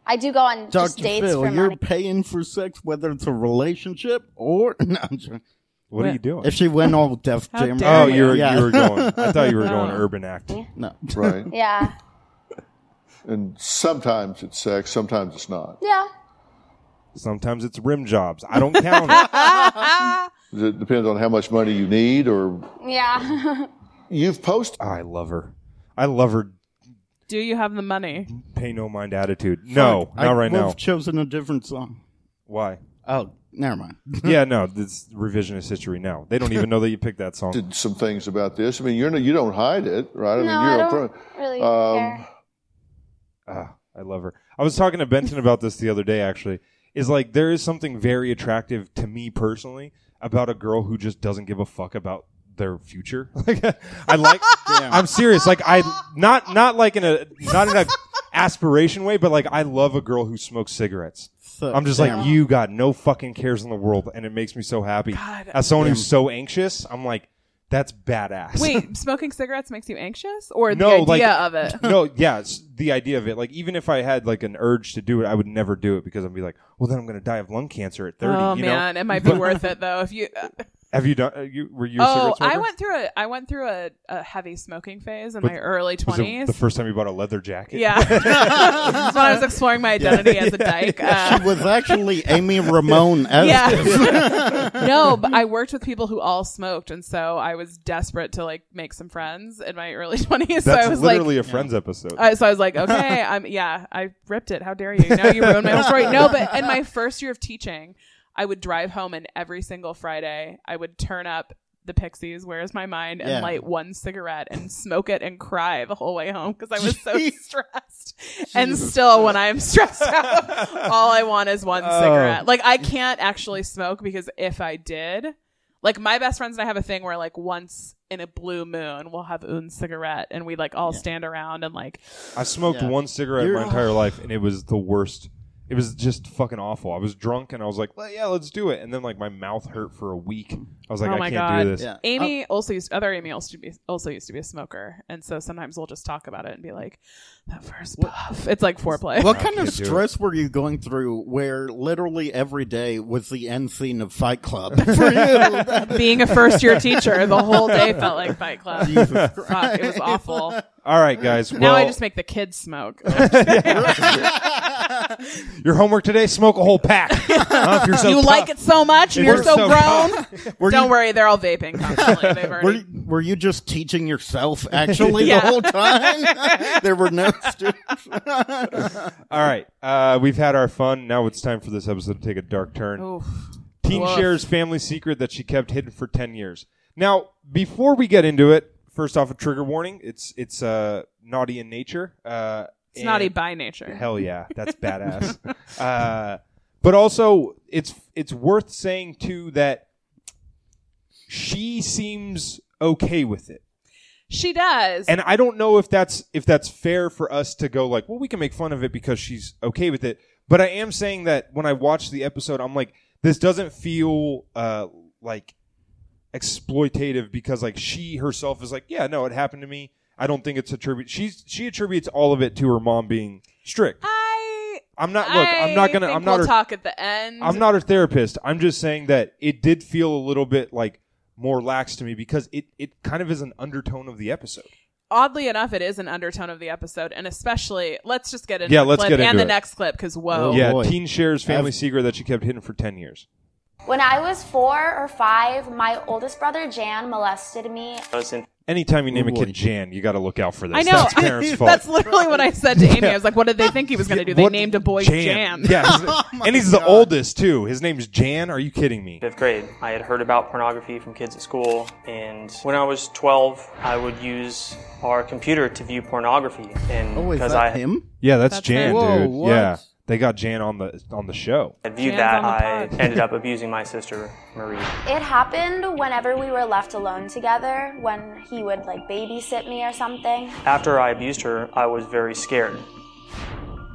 [SPEAKER 5] I do go on just
[SPEAKER 2] Dr.
[SPEAKER 5] dates
[SPEAKER 2] Phil,
[SPEAKER 5] for
[SPEAKER 2] you're
[SPEAKER 5] money.
[SPEAKER 2] paying for sex, whether it's a relationship or. No, I'm sorry.
[SPEAKER 1] What are you doing?
[SPEAKER 2] If she went all Def
[SPEAKER 3] How
[SPEAKER 2] Jam.
[SPEAKER 3] dare
[SPEAKER 1] oh, you were
[SPEAKER 2] Yeah.
[SPEAKER 1] you were going. I thought you were going urban act.
[SPEAKER 2] No.
[SPEAKER 6] right.
[SPEAKER 5] Yeah.
[SPEAKER 6] And sometimes it's sex, sometimes it's not.
[SPEAKER 5] Yeah.
[SPEAKER 1] Sometimes it's rim jobs. I don't count it.
[SPEAKER 6] It depends on how much money you need or
[SPEAKER 5] Yeah.
[SPEAKER 6] you've posted
[SPEAKER 1] I love her. I love her.
[SPEAKER 3] Do you have the money?
[SPEAKER 1] Pay no mind attitude. No,
[SPEAKER 2] I
[SPEAKER 1] not right
[SPEAKER 2] would've
[SPEAKER 1] now.
[SPEAKER 2] chosen a different song.
[SPEAKER 1] Why?
[SPEAKER 2] Oh, never mind.
[SPEAKER 1] Yeah, no. This revisionist history. Now they don't even know that you picked that song.
[SPEAKER 6] some things about this. I mean, you're no, you don't hide it, right? I
[SPEAKER 5] no,
[SPEAKER 6] mean,
[SPEAKER 5] I
[SPEAKER 6] you're
[SPEAKER 5] don't
[SPEAKER 6] upfront.
[SPEAKER 5] really
[SPEAKER 6] Um,
[SPEAKER 5] care.
[SPEAKER 1] Ah, I love her. I was talking to Benton about this the other day, actually. Is like there is something very attractive to me personally about a girl who just doesn't give a fuck about their future. Like I like I'm serious. Like I not not like in a not in a aspiration way, but like I love a girl who smokes cigarettes.
[SPEAKER 2] So-
[SPEAKER 1] I'm just
[SPEAKER 2] damn.
[SPEAKER 1] like you got no fucking cares in the world and it makes me so happy. As someone who's so anxious, I'm like that's badass.
[SPEAKER 3] Wait, smoking cigarettes makes you anxious, or the
[SPEAKER 1] No,
[SPEAKER 3] idea
[SPEAKER 1] like-
[SPEAKER 3] of it?
[SPEAKER 1] no, yeah, it's the idea of it. Like, even if I had like an urge to do it, I would never do it because I'd be like, well, then I'm going to die of lung cancer at 30.
[SPEAKER 3] oh
[SPEAKER 1] you
[SPEAKER 3] man,
[SPEAKER 1] know?
[SPEAKER 3] it might be worth it though. If you,
[SPEAKER 1] Have you done? uh, You were you? A
[SPEAKER 3] oh,
[SPEAKER 1] cigarette smoker?
[SPEAKER 3] I went through a I went through a, a heavy smoking phase in my early
[SPEAKER 1] Was it
[SPEAKER 3] twenties.
[SPEAKER 1] the first time you bought a leather jacket?
[SPEAKER 3] yeah, That's when I was exploring my identity as a dyke. Uh,
[SPEAKER 2] She was actually Amy Ramone as
[SPEAKER 3] yeah. no, but I worked with people who all smoked, and so I was desperate to like make some friends in my early twenties. So
[SPEAKER 1] that's
[SPEAKER 3] I was like,
[SPEAKER 1] literally a Friends episode.
[SPEAKER 3] I, Uh, so I was like, okay, I'm yeah, I ripped it. How dare you? No, you ruined my whole story. No, but in my first year of teaching, I would drive home and every single Friday I would turn up the Pixies, Where's My Mind, and
[SPEAKER 2] Yeah.
[SPEAKER 3] light one cigarette and smoke it and cry the whole way home because I was so stressed. And still, when I'm stressed out, all I want is one cigarette. Like I can't actually smoke because if I did, like my best friends and I have a thing where like once in a blue moon we'll have un cigarette and we like all stand around and like
[SPEAKER 1] I smoked
[SPEAKER 2] Yeah.
[SPEAKER 1] one cigarette
[SPEAKER 2] You're-
[SPEAKER 1] my entire life, and it was the worst. It was just fucking awful. I was drunk, and I was like, well, yeah, let's do it. And then like my mouth hurt for a week. I was like,
[SPEAKER 3] Oh
[SPEAKER 1] I
[SPEAKER 3] my
[SPEAKER 1] can't
[SPEAKER 3] God.
[SPEAKER 1] do this.
[SPEAKER 2] Yeah. Oh.
[SPEAKER 3] Amy also used other Amy also used, to be, also used to be a smoker and so sometimes we'll just talk about it and be like that first puff it's like foreplay
[SPEAKER 2] What kind of
[SPEAKER 1] can't do it.
[SPEAKER 2] stress were you going through where literally every day was the end scene of Fight Club for you?
[SPEAKER 3] being a first year teacher the whole day felt like Fight Club
[SPEAKER 2] Jesus
[SPEAKER 3] Fuck, it was awful
[SPEAKER 1] All right, guys.
[SPEAKER 3] now
[SPEAKER 1] well,
[SPEAKER 3] I just make the kids smoke
[SPEAKER 1] your homework today: smoke a whole pack. Huh, if you're so
[SPEAKER 3] you
[SPEAKER 1] tough.
[SPEAKER 3] like it so much and
[SPEAKER 1] If
[SPEAKER 3] you're so, grown
[SPEAKER 1] tough.
[SPEAKER 2] Were
[SPEAKER 3] Don't Don't worry, they're all vaping constantly. They've
[SPEAKER 2] Were
[SPEAKER 3] already.
[SPEAKER 2] you, were you just teaching yourself actually
[SPEAKER 3] Yeah.
[SPEAKER 2] the whole time? there were no students.
[SPEAKER 1] All right, uh, we've had our fun. Now it's time for this episode to take a dark turn.
[SPEAKER 3] Oof.
[SPEAKER 1] Teen
[SPEAKER 3] Woof.
[SPEAKER 1] shares family secret that she kept hidden for ten years. Now, before we get into it, first off, a trigger warning. It's it's uh, naughty in nature. Uh,
[SPEAKER 3] It's naughty
[SPEAKER 1] and-
[SPEAKER 3] by nature.
[SPEAKER 1] Hell yeah, that's badass. uh, but also, it's it's worth saying too that she seems okay with it,
[SPEAKER 3] She does.
[SPEAKER 1] and I don't know if that's if that's fair for us to go like, well, we can make fun of it because she's okay with it. But I am saying that when I watch the episode, I'm like, this doesn't feel uh, like exploitative because like she herself is like, yeah, no, it happened to me. I don't think it's attribute. She's she attributes all of it to her mom being strict.
[SPEAKER 3] I
[SPEAKER 1] I'm not. Look, I'm not gonna.
[SPEAKER 3] I think
[SPEAKER 1] I'm not.
[SPEAKER 3] We'll
[SPEAKER 1] her,
[SPEAKER 3] talk at the end.
[SPEAKER 1] I'm not her therapist. I'm just saying that it did feel a little bit like more lax to me because it it kind of is an undertone of the episode.
[SPEAKER 3] Oddly enough, it is an undertone of the episode, and especially let's just get into
[SPEAKER 1] Yeah,
[SPEAKER 3] the
[SPEAKER 1] let's
[SPEAKER 3] clip
[SPEAKER 1] get into
[SPEAKER 3] and the
[SPEAKER 1] it.
[SPEAKER 3] next clip because whoa,
[SPEAKER 2] Oh,
[SPEAKER 1] yeah,
[SPEAKER 2] boy.
[SPEAKER 1] teen shares family
[SPEAKER 2] I've-
[SPEAKER 1] secret that she kept hidden for ten years.
[SPEAKER 5] When I was four or five, my oldest brother Jan molested me.
[SPEAKER 1] Anytime you name a
[SPEAKER 2] Oh, boy.
[SPEAKER 1] kid Jan, you got to look out for this.
[SPEAKER 3] I know.
[SPEAKER 1] That's parents' fault.
[SPEAKER 3] That's literally what I said to Amy. I was like, "What did they think he was going to do? They
[SPEAKER 1] What-
[SPEAKER 3] named a boy
[SPEAKER 1] Jan.
[SPEAKER 3] Jan." Oh
[SPEAKER 1] Yeah, his- and he's the oldest too. His name's Jan. Are you kidding me?
[SPEAKER 7] fifth grade. I had heard about pornography from kids at school, and when I was 12, I would use our computer to view pornography. And
[SPEAKER 2] Oh, is
[SPEAKER 7] because
[SPEAKER 2] that
[SPEAKER 7] I
[SPEAKER 2] him?
[SPEAKER 1] Yeah, that's,
[SPEAKER 3] That's
[SPEAKER 1] Jan,
[SPEAKER 3] him.
[SPEAKER 2] Whoa,
[SPEAKER 1] dude.
[SPEAKER 2] what?
[SPEAKER 1] Yeah, they got Jan on the on the show.
[SPEAKER 7] had viewed
[SPEAKER 3] Jan's
[SPEAKER 7] that,
[SPEAKER 3] on the
[SPEAKER 7] I
[SPEAKER 3] pod.
[SPEAKER 7] ended up abusing my sister, Marie.
[SPEAKER 5] It happened whenever we were left alone together, when he would like babysit me or something.
[SPEAKER 7] After I abused her, I was very scared,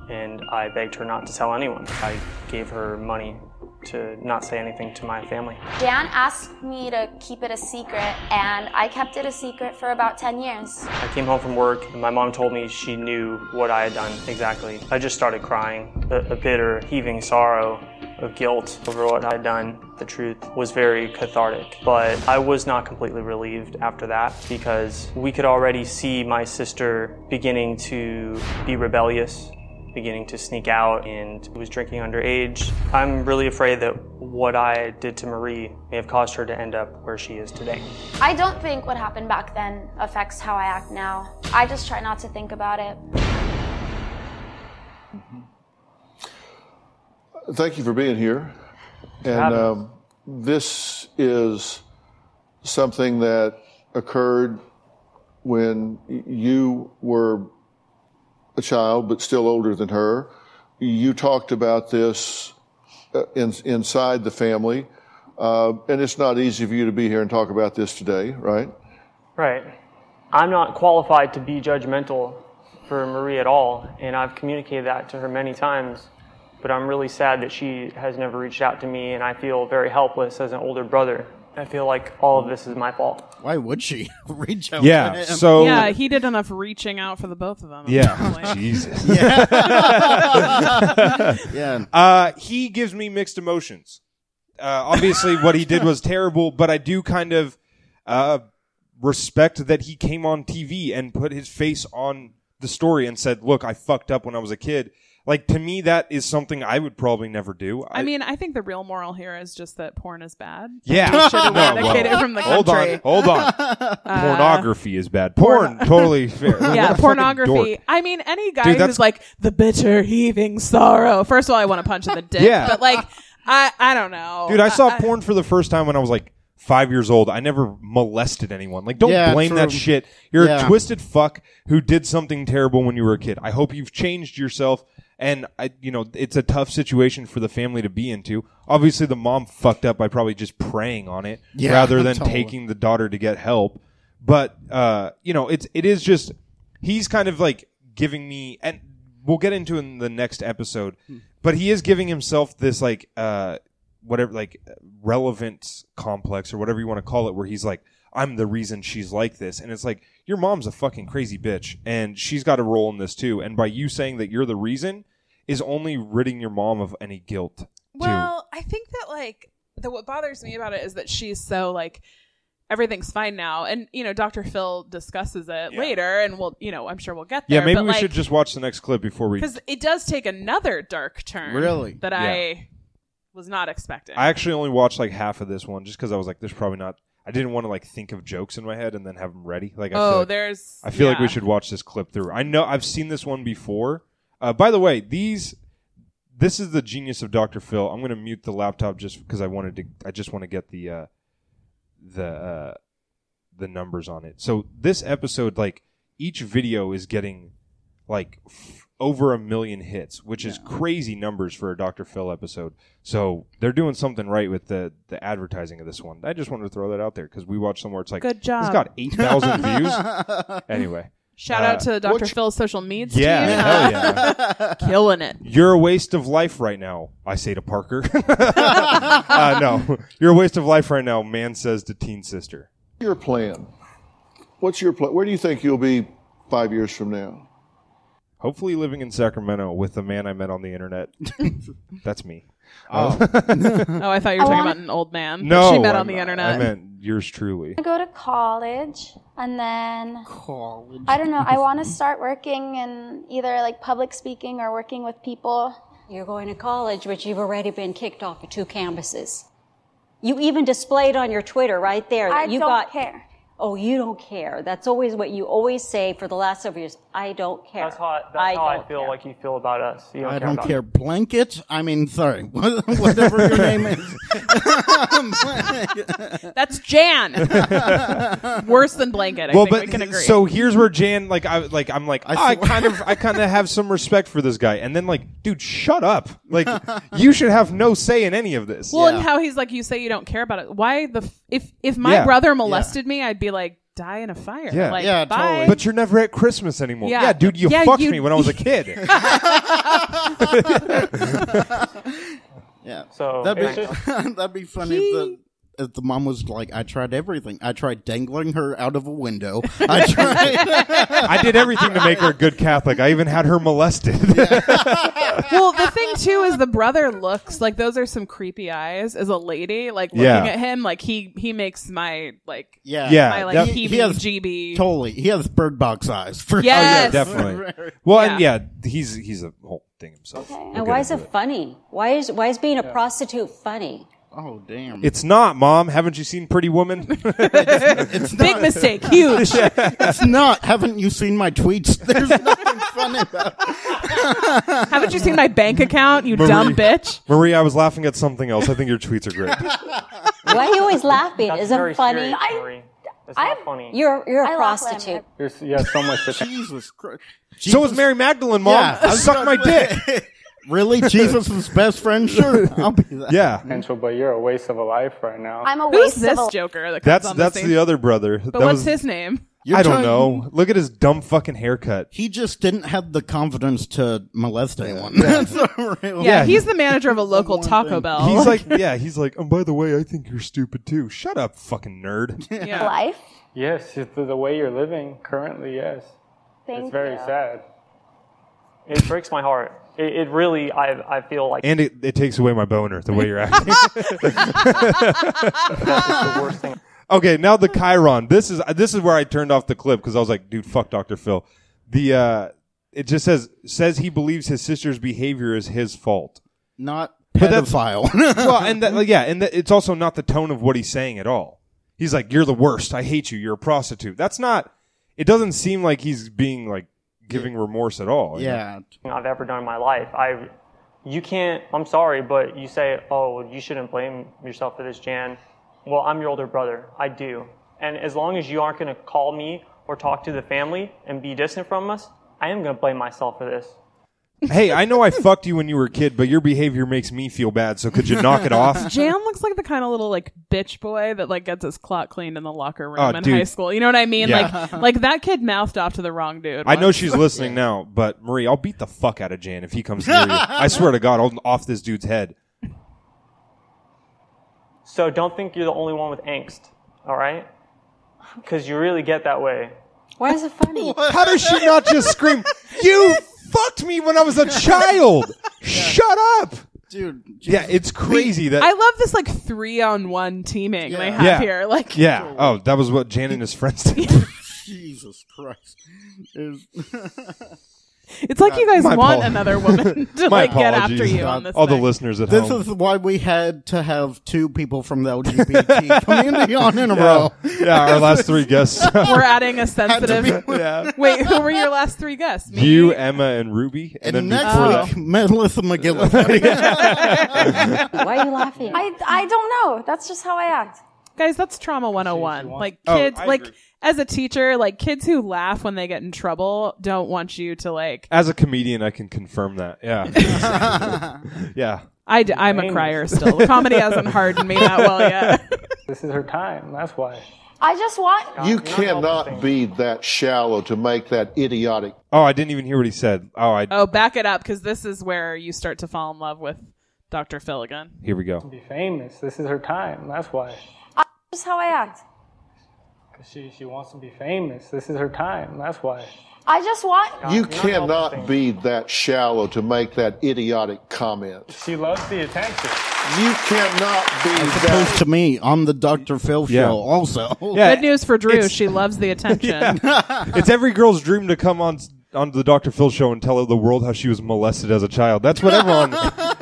[SPEAKER 7] and I begged her not to tell anyone. I gave her money to not say anything to my family.
[SPEAKER 5] Jan asked me to keep it a secret, and I kept it a secret for about 10 years.
[SPEAKER 7] I came home from work, and my mom told me she knew what I had done exactly. I just started crying, a, a bitter, heaving sorrow of guilt over what I had done. The truth was very cathartic, but I was not completely relieved after that because we could already see my sister beginning to be rebellious beginning to sneak out and was drinking underage. I'm really afraid that what I did to Marie may have caused her to end up where she is today.
[SPEAKER 5] I don't think what happened back then affects how I act now. I just try not to think about it.
[SPEAKER 6] Thank you for being here. And
[SPEAKER 7] having
[SPEAKER 6] um, this is something that occurred when y- you were a child, but still older than her. You talked about this uh, in, inside the family. Uh, and it's not easy for you to be here and talk about this today, right?
[SPEAKER 7] Right. I'm not qualified to be judgmental for Marie at all, and I've communicated that to her many times. But I'm really sad that she has never reached out to me, and I feel very helpless as an older brother. I feel like all of this is my fault.
[SPEAKER 2] Why would she reach out?
[SPEAKER 1] Yeah.
[SPEAKER 2] To him?
[SPEAKER 1] So
[SPEAKER 3] Yeah, he did enough reaching out for the both of them.
[SPEAKER 1] yeah.
[SPEAKER 3] apparently.
[SPEAKER 1] Jesus.
[SPEAKER 2] yeah.
[SPEAKER 1] Uh, he gives me mixed emotions. Uh, obviously, what he did was terrible, but I do kind of uh, respect that he came on TV and put his face on the story and said, "Look, I fucked up when I was a kid." Like to me, that is something I would probably never do.
[SPEAKER 3] I mean, I think the real moral here is just that porn is bad.
[SPEAKER 1] yeah,
[SPEAKER 3] should have
[SPEAKER 1] No, well,
[SPEAKER 3] eradicated it from the
[SPEAKER 1] hold on,
[SPEAKER 3] country. Uh,
[SPEAKER 1] hold on. Pornography is bad. Porn, totally fair. What a
[SPEAKER 3] Yeah,
[SPEAKER 1] fucking dork.
[SPEAKER 3] pornography. I mean, any guy
[SPEAKER 1] Dude, that's-
[SPEAKER 3] who's like the bitter heaving sorrow. First of all, I want to punch in the dick.
[SPEAKER 1] Yeah.
[SPEAKER 3] but like, I I don't know,
[SPEAKER 1] Dude, I saw porn for the first time when I was like five years old. I never molested anyone. Like, don't
[SPEAKER 2] Yeah,
[SPEAKER 1] blame that
[SPEAKER 2] true.
[SPEAKER 1] shit. You're a
[SPEAKER 2] Yeah.
[SPEAKER 1] twisted fuck who did something terrible when you were a kid. I hope you've changed yourself. And I, you know, it's a tough situation for the family to be into. Obviously, the mom fucked up by probably just preying on it
[SPEAKER 2] Yeah,
[SPEAKER 1] rather than
[SPEAKER 2] totally.
[SPEAKER 1] taking the daughter to get help. But uh, you know, it's it is just he's kind of like giving me and we'll get into it in the next episode. But he is giving himself this like uh whatever like relevant complex or whatever you want to call it where he's like I'm the reason she's like this and it's like your mom's a fucking crazy bitch and she's got a role in this too and by you saying that you're the reason is only ridding your mom of any guilt.
[SPEAKER 3] Well, I think that like the what bothers me about it is that she's so like everything's fine now, and you know Dr. Phil discusses it later, and we'll you know I'm sure we'll get
[SPEAKER 1] yeah,
[SPEAKER 3] there.
[SPEAKER 1] maybe
[SPEAKER 3] but,
[SPEAKER 1] we
[SPEAKER 3] like,
[SPEAKER 1] should just watch the next clip before we
[SPEAKER 3] because it does take another dark turn.
[SPEAKER 2] Really?
[SPEAKER 3] that
[SPEAKER 1] Yeah.
[SPEAKER 3] I was not expecting.
[SPEAKER 1] I actually only watched like half of this one just because I was like, there's probably not. I didn't want to like think of jokes in my head and then have them ready. Like, I feel
[SPEAKER 3] oh,
[SPEAKER 1] like,
[SPEAKER 3] there's.
[SPEAKER 1] I feel like we
[SPEAKER 3] yeah.
[SPEAKER 1] should watch this clip through. I know I've seen this one before. Uh, by the way, these this is the genius of Dr. Phil. I'm going to mute the laptop just because I wanted to. I just want to get the uh, the uh, the numbers on it. So this episode, like each video, is getting like f- over a million hits, which is crazy numbers for a Dr. Phil episode. So they're doing something right with the the advertising of this one. I just wanted to throw that out there because we watched somewhere. It's like
[SPEAKER 3] Good
[SPEAKER 1] It's
[SPEAKER 3] job.
[SPEAKER 1] got eight thousand views. Anyway.
[SPEAKER 3] Shout
[SPEAKER 1] uh,
[SPEAKER 3] out to Dr.
[SPEAKER 6] what's-
[SPEAKER 3] Phil's social media
[SPEAKER 1] Yeah,
[SPEAKER 3] team.
[SPEAKER 1] hell yeah.
[SPEAKER 3] Killing it.
[SPEAKER 1] You're a waste of life right now, I say to Parker. uh, no, you're a waste of life right now, man says to teen sister.
[SPEAKER 6] your plan? What's your plan? Where do you think you'll be five years from now?
[SPEAKER 1] Hopefully, living in Sacramento with the man I met on the internet. That's me.
[SPEAKER 3] Oh, I thought you were talking about an old man. that
[SPEAKER 1] No,
[SPEAKER 3] She met
[SPEAKER 1] I'm-
[SPEAKER 3] on the internet.
[SPEAKER 1] I meant yours truly.
[SPEAKER 5] I go to college and then I don't know. I want to start working in either like public speaking or working with people.
[SPEAKER 4] You're going to college, but you've already been kicked off of two campuses. You even displayed on your Twitter right there.
[SPEAKER 5] I
[SPEAKER 4] that you
[SPEAKER 5] don't
[SPEAKER 4] got,
[SPEAKER 5] care.
[SPEAKER 4] Oh, you don't care. That's always what you always say for the last several years. I don't care.
[SPEAKER 7] That's how I, that's how I
[SPEAKER 4] don't
[SPEAKER 7] feel
[SPEAKER 4] care.
[SPEAKER 7] like you feel about us. You don't
[SPEAKER 2] I
[SPEAKER 7] care
[SPEAKER 2] don't
[SPEAKER 7] about
[SPEAKER 2] care. Blanket? I mean, sorry. Whatever your name is.
[SPEAKER 3] That's Jan. Worse than blanket. I think we can agree.
[SPEAKER 1] so here's where Jan, like, I like, I'm like, "Ah, I,
[SPEAKER 2] swear.
[SPEAKER 1] kind of, I kind of have some respect for this guy, and then like, dude, shut up! Like, you should have no say in any of this.
[SPEAKER 3] well, and how he's like, you say you don't care about it. Why the f- if if my
[SPEAKER 1] Yeah.
[SPEAKER 3] brother molested me, I'd be like, die in a fire.
[SPEAKER 1] Yeah.
[SPEAKER 3] like,
[SPEAKER 2] Yeah,
[SPEAKER 3] bye.
[SPEAKER 2] totally.
[SPEAKER 1] But you're never at Christmas anymore. Yeah,
[SPEAKER 3] Yeah.
[SPEAKER 1] dude, you
[SPEAKER 3] Yeah,
[SPEAKER 1] fucked
[SPEAKER 3] you-
[SPEAKER 1] me when I was a kid.
[SPEAKER 2] Yeah.
[SPEAKER 7] So
[SPEAKER 2] That'd
[SPEAKER 7] it's
[SPEAKER 2] be
[SPEAKER 7] just-
[SPEAKER 2] that'd be funny if the if the mom was like, I tried everything. I tried dangling her out of a window. I tried
[SPEAKER 1] I did everything to make her a good Catholic. I even had her molested. Oh,
[SPEAKER 3] well, the thing too is the brother looks like those are some creepy eyes as a lady, like looking
[SPEAKER 1] Yeah.
[SPEAKER 3] at him, like he he makes my like
[SPEAKER 2] Yeah.
[SPEAKER 1] Yeah.
[SPEAKER 3] my
[SPEAKER 1] that-
[SPEAKER 3] like
[SPEAKER 2] He-
[SPEAKER 3] he,
[SPEAKER 2] he has
[SPEAKER 3] GB.
[SPEAKER 2] Totally. He has bird box eyes for
[SPEAKER 3] Yes.
[SPEAKER 1] Definitely. Well, and yeah, he's he's a whole thing himself.
[SPEAKER 4] And why is it funny? Why is why is being a prostitute funny?
[SPEAKER 2] Oh damn.
[SPEAKER 1] It's not, Mom. Haven't you seen Pretty Woman?
[SPEAKER 2] It's
[SPEAKER 3] Big mistake, huge.
[SPEAKER 2] It's not. Haven't you seen my tweets? There's nothing funny about it.
[SPEAKER 3] Haven't you seen my bank account, you dumb bitch?
[SPEAKER 1] Marie, I was laughing at something else. I think your tweets are great.
[SPEAKER 4] Why are you always laughing?
[SPEAKER 7] that's
[SPEAKER 4] Isn't
[SPEAKER 7] very
[SPEAKER 4] funny?
[SPEAKER 7] serious, Marie. It's not funny.
[SPEAKER 4] You're you're a
[SPEAKER 5] I laugh when I'm-
[SPEAKER 4] prostitute.
[SPEAKER 7] You're, you have so much to think.
[SPEAKER 2] Jesus Christ.
[SPEAKER 1] so was Mary Magdalene, Mom.
[SPEAKER 2] Yeah, I was
[SPEAKER 1] Suck my dick.
[SPEAKER 2] Really? Jesus' best friend? Sure. I'll be that.
[SPEAKER 1] Yeah,
[SPEAKER 8] potential, but you're a waste of a life right now.
[SPEAKER 5] I'm a
[SPEAKER 3] Who's
[SPEAKER 5] waste
[SPEAKER 3] this
[SPEAKER 5] of a
[SPEAKER 3] Joker that comes
[SPEAKER 1] that's
[SPEAKER 3] on
[SPEAKER 1] that's
[SPEAKER 3] the
[SPEAKER 1] the,
[SPEAKER 3] scene?
[SPEAKER 1] other brother.
[SPEAKER 3] but what's his name?
[SPEAKER 1] I don't know. Look at his dumb fucking haircut.
[SPEAKER 2] He just didn't have the confidence to molest anyone. That's a real-
[SPEAKER 3] Yeah,
[SPEAKER 1] Yeah.
[SPEAKER 3] he's the manager of a local Taco Bell.
[SPEAKER 1] He's like, yeah, he's like, oh, by the way, I think you're stupid too. Shut up, fucking nerd.
[SPEAKER 3] yeah.
[SPEAKER 5] life.
[SPEAKER 8] yes, it's the, the way you're living currently, yes.
[SPEAKER 5] Thank
[SPEAKER 8] it's very
[SPEAKER 5] you.
[SPEAKER 8] sad.
[SPEAKER 7] It breaks my heart. It, it really, I, I feel like
[SPEAKER 1] And it, it takes away my boner the way you're acting.
[SPEAKER 7] it's the worst thing
[SPEAKER 1] Okay, now the Chiron. This is this is where I turned off the clip because I was like, dude, fuck Dr. Phil. The uh it just says says he believes his sister's behavior is his fault.
[SPEAKER 2] Not
[SPEAKER 1] that's-
[SPEAKER 2] pedophile.
[SPEAKER 1] Well, and that, like, yeah, and that, it's also not the tone of what he's saying at all. He's like, "You're the worst. I hate you. You're a prostitute." That's not. It doesn't seem like he's being like giving remorse at all. you know?
[SPEAKER 2] yeah.
[SPEAKER 7] I've ever done in my life. I, you can't. I'm sorry, but you say, oh, you shouldn't blame yourself for this, Jan. Well, I'm your older brother. I do. And as long as you aren't going to call me or talk to the family and be distant from us, I am going to blame myself for this.
[SPEAKER 1] Hey, I know I fucked you when you were a kid, but your behavior makes me feel bad. So could you knock it off?
[SPEAKER 3] Jan looks like the kind of little like bitch boy that like gets his clock cleaned in the locker room
[SPEAKER 1] Oh,
[SPEAKER 3] in
[SPEAKER 1] dude.
[SPEAKER 3] high school. You know what I mean?
[SPEAKER 1] Yeah.
[SPEAKER 3] Like like that kid mouthed off to the wrong dude.
[SPEAKER 1] I know
[SPEAKER 3] once.
[SPEAKER 1] she's listening now, but Marie, I'll beat the fuck out of Jan if he comes near you. I swear to God, I'll off this dude's head.
[SPEAKER 7] So don't think you're the only one with angst, all right? Because you really get that way.
[SPEAKER 4] Why is it funny?
[SPEAKER 1] How does she not just scream, You fucked me when I was a child? Shut up!
[SPEAKER 2] Dude.
[SPEAKER 1] Yeah, it's crazy that.
[SPEAKER 3] I love this like three on one teaming they have
[SPEAKER 1] Yeah.
[SPEAKER 3] here. Like
[SPEAKER 1] yeah. Oh, that was what Jan and his friends did.
[SPEAKER 2] Jesus Christ. There's-
[SPEAKER 3] It's like you guys
[SPEAKER 1] my
[SPEAKER 3] want
[SPEAKER 1] apol-
[SPEAKER 3] another woman to
[SPEAKER 1] My
[SPEAKER 3] like get after
[SPEAKER 1] apologies.
[SPEAKER 3] you on this.
[SPEAKER 1] All the
[SPEAKER 3] thing.
[SPEAKER 1] listeners at
[SPEAKER 2] This
[SPEAKER 1] home.
[SPEAKER 2] is why we had to have two people from the LGBT community on in a row.
[SPEAKER 1] yeah, our last three guests.
[SPEAKER 3] We're adding a sensitive.
[SPEAKER 1] yeah.
[SPEAKER 3] Wait, who were your last three guests? Me?
[SPEAKER 1] You, Emma, and Ruby, and,
[SPEAKER 2] And
[SPEAKER 1] then
[SPEAKER 2] next
[SPEAKER 1] before
[SPEAKER 2] week, Melissa McGillicuddy.
[SPEAKER 9] Why are you laughing?
[SPEAKER 5] I, I don't know. That's just how I act.
[SPEAKER 3] guys, that's trauma 101. Like
[SPEAKER 1] Oh,
[SPEAKER 3] kids,
[SPEAKER 1] I
[SPEAKER 3] like
[SPEAKER 1] agree.
[SPEAKER 3] as a teacher, like kids who laugh when they get in trouble don't want you to like.
[SPEAKER 1] that. As a comedian, I can confirm that. Yeah, yeah.
[SPEAKER 3] I, d- I'm a
[SPEAKER 8] Names.
[SPEAKER 3] crier still. Comedy hasn't hardened me that well yet.
[SPEAKER 8] This is her time. That's why.
[SPEAKER 5] I just want.
[SPEAKER 6] You
[SPEAKER 8] Uh, not all
[SPEAKER 6] cannot
[SPEAKER 8] things.
[SPEAKER 6] be that shallow to make that idiotic.
[SPEAKER 1] Oh, I didn't even hear what he said. Oh, I.
[SPEAKER 3] oh, back it up because this is where you start to fall in love with Dr. Phil again.
[SPEAKER 1] Here we go.
[SPEAKER 8] Be famous. This is her time. That's why.
[SPEAKER 5] Just how I act.
[SPEAKER 8] Cause she she wants to be famous. This is her time. That's why.
[SPEAKER 5] I just want.
[SPEAKER 6] You
[SPEAKER 8] not all
[SPEAKER 6] cannot
[SPEAKER 8] things.
[SPEAKER 6] be that shallow to make that idiotic comment.
[SPEAKER 8] She loves the attention.
[SPEAKER 6] You cannot be
[SPEAKER 2] Close
[SPEAKER 6] that.
[SPEAKER 2] to me on the Dr. Phil show,
[SPEAKER 1] Yeah.
[SPEAKER 2] also.
[SPEAKER 1] Yeah,
[SPEAKER 3] Good news for Drew.
[SPEAKER 1] it's-
[SPEAKER 3] She loves the attention.
[SPEAKER 1] It's every girl's dream to come on on the Dr. Phil show and tell the world how she was molested as a child. That's what everyone.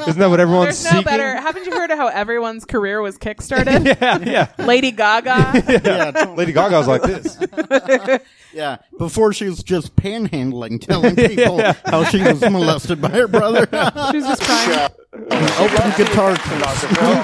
[SPEAKER 1] isn't that what everyone's
[SPEAKER 3] There's no
[SPEAKER 1] seeking?
[SPEAKER 3] better. Haven't you heard of how everyone's career was kickstarted?
[SPEAKER 1] Yeah, yeah.
[SPEAKER 3] Lady Gaga.
[SPEAKER 1] Lady Gaga's like this.
[SPEAKER 2] Yeah. Before she was just panhandling, telling people how she was molested by her brother.
[SPEAKER 3] She's just crying.
[SPEAKER 2] Open guitar.
[SPEAKER 6] You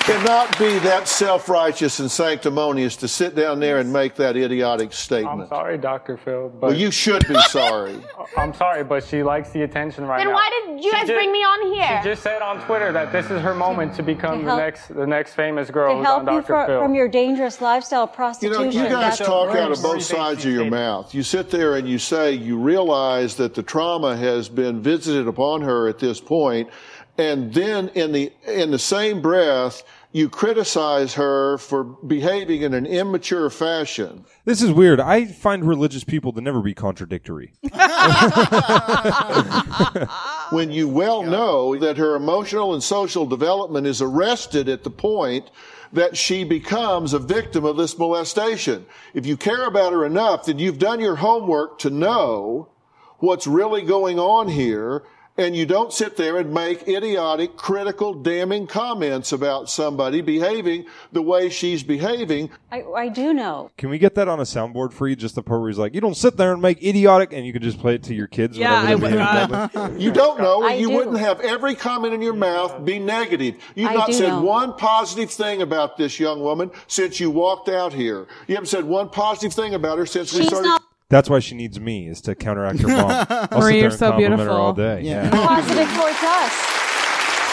[SPEAKER 6] cannot be that self-righteous and sanctimonious to sit down there and make that idiotic
[SPEAKER 8] I'm
[SPEAKER 6] statement.
[SPEAKER 8] sorry, Dr. Phil, but
[SPEAKER 6] Well, you should be sorry.
[SPEAKER 8] I'm sorry, but she likes the attention right
[SPEAKER 5] Then
[SPEAKER 8] now.
[SPEAKER 5] why did you
[SPEAKER 8] She
[SPEAKER 5] guys
[SPEAKER 8] ju-
[SPEAKER 5] bring me on here?
[SPEAKER 8] She just said on Twitter that this is her moment to become
[SPEAKER 9] To
[SPEAKER 8] the
[SPEAKER 9] help-
[SPEAKER 8] next the next famous girl
[SPEAKER 9] To
[SPEAKER 8] who's on
[SPEAKER 9] help you
[SPEAKER 8] Dr.
[SPEAKER 9] fro-
[SPEAKER 8] Phil.
[SPEAKER 9] from your dangerous lifestyle of
[SPEAKER 6] You
[SPEAKER 9] prostitution.
[SPEAKER 6] know, you guys
[SPEAKER 9] That's
[SPEAKER 6] talk out
[SPEAKER 9] worse.
[SPEAKER 6] of both sides of your mouth. You sit there and you say you realize that the trauma has been visited upon her at this point, and then in the in the same breath, you criticize her for behaving in an immature fashion.
[SPEAKER 1] This is weird. I find religious people to never be contradictory.
[SPEAKER 6] when you well know that her emotional and social development is arrested at the point that she becomes a victim of this molestation. If you care about her enough, then you've done your homework to know what's really going on here, and you don't sit there and make idiotic, critical, damning comments about somebody behaving the way she's behaving.
[SPEAKER 9] I, I do know.
[SPEAKER 1] Can we get that on a soundboard for you? Just the part where he's like, "You don't sit there and make idiotic," and you can just play it to your kids.
[SPEAKER 3] Yeah, I
[SPEAKER 1] whenever they
[SPEAKER 3] would.
[SPEAKER 1] behave
[SPEAKER 3] uh,
[SPEAKER 1] badly.
[SPEAKER 6] You don't know,
[SPEAKER 9] I
[SPEAKER 6] and you
[SPEAKER 9] do.
[SPEAKER 6] wouldn't have every comment in your mouth be negative. You've
[SPEAKER 9] I
[SPEAKER 6] not
[SPEAKER 9] do
[SPEAKER 6] said
[SPEAKER 9] know.
[SPEAKER 6] one positive thing about this young woman since you walked out here. You haven't said one positive thing about her since we
[SPEAKER 9] She's
[SPEAKER 6] started.
[SPEAKER 9] not
[SPEAKER 1] That's why she needs me is to counteract her mom. I'll
[SPEAKER 3] Marie,
[SPEAKER 1] sit there
[SPEAKER 3] you're
[SPEAKER 1] and
[SPEAKER 3] so
[SPEAKER 1] compliment her
[SPEAKER 3] beautiful.
[SPEAKER 1] all day.
[SPEAKER 2] Yeah.
[SPEAKER 1] Yeah.
[SPEAKER 9] positive towards us.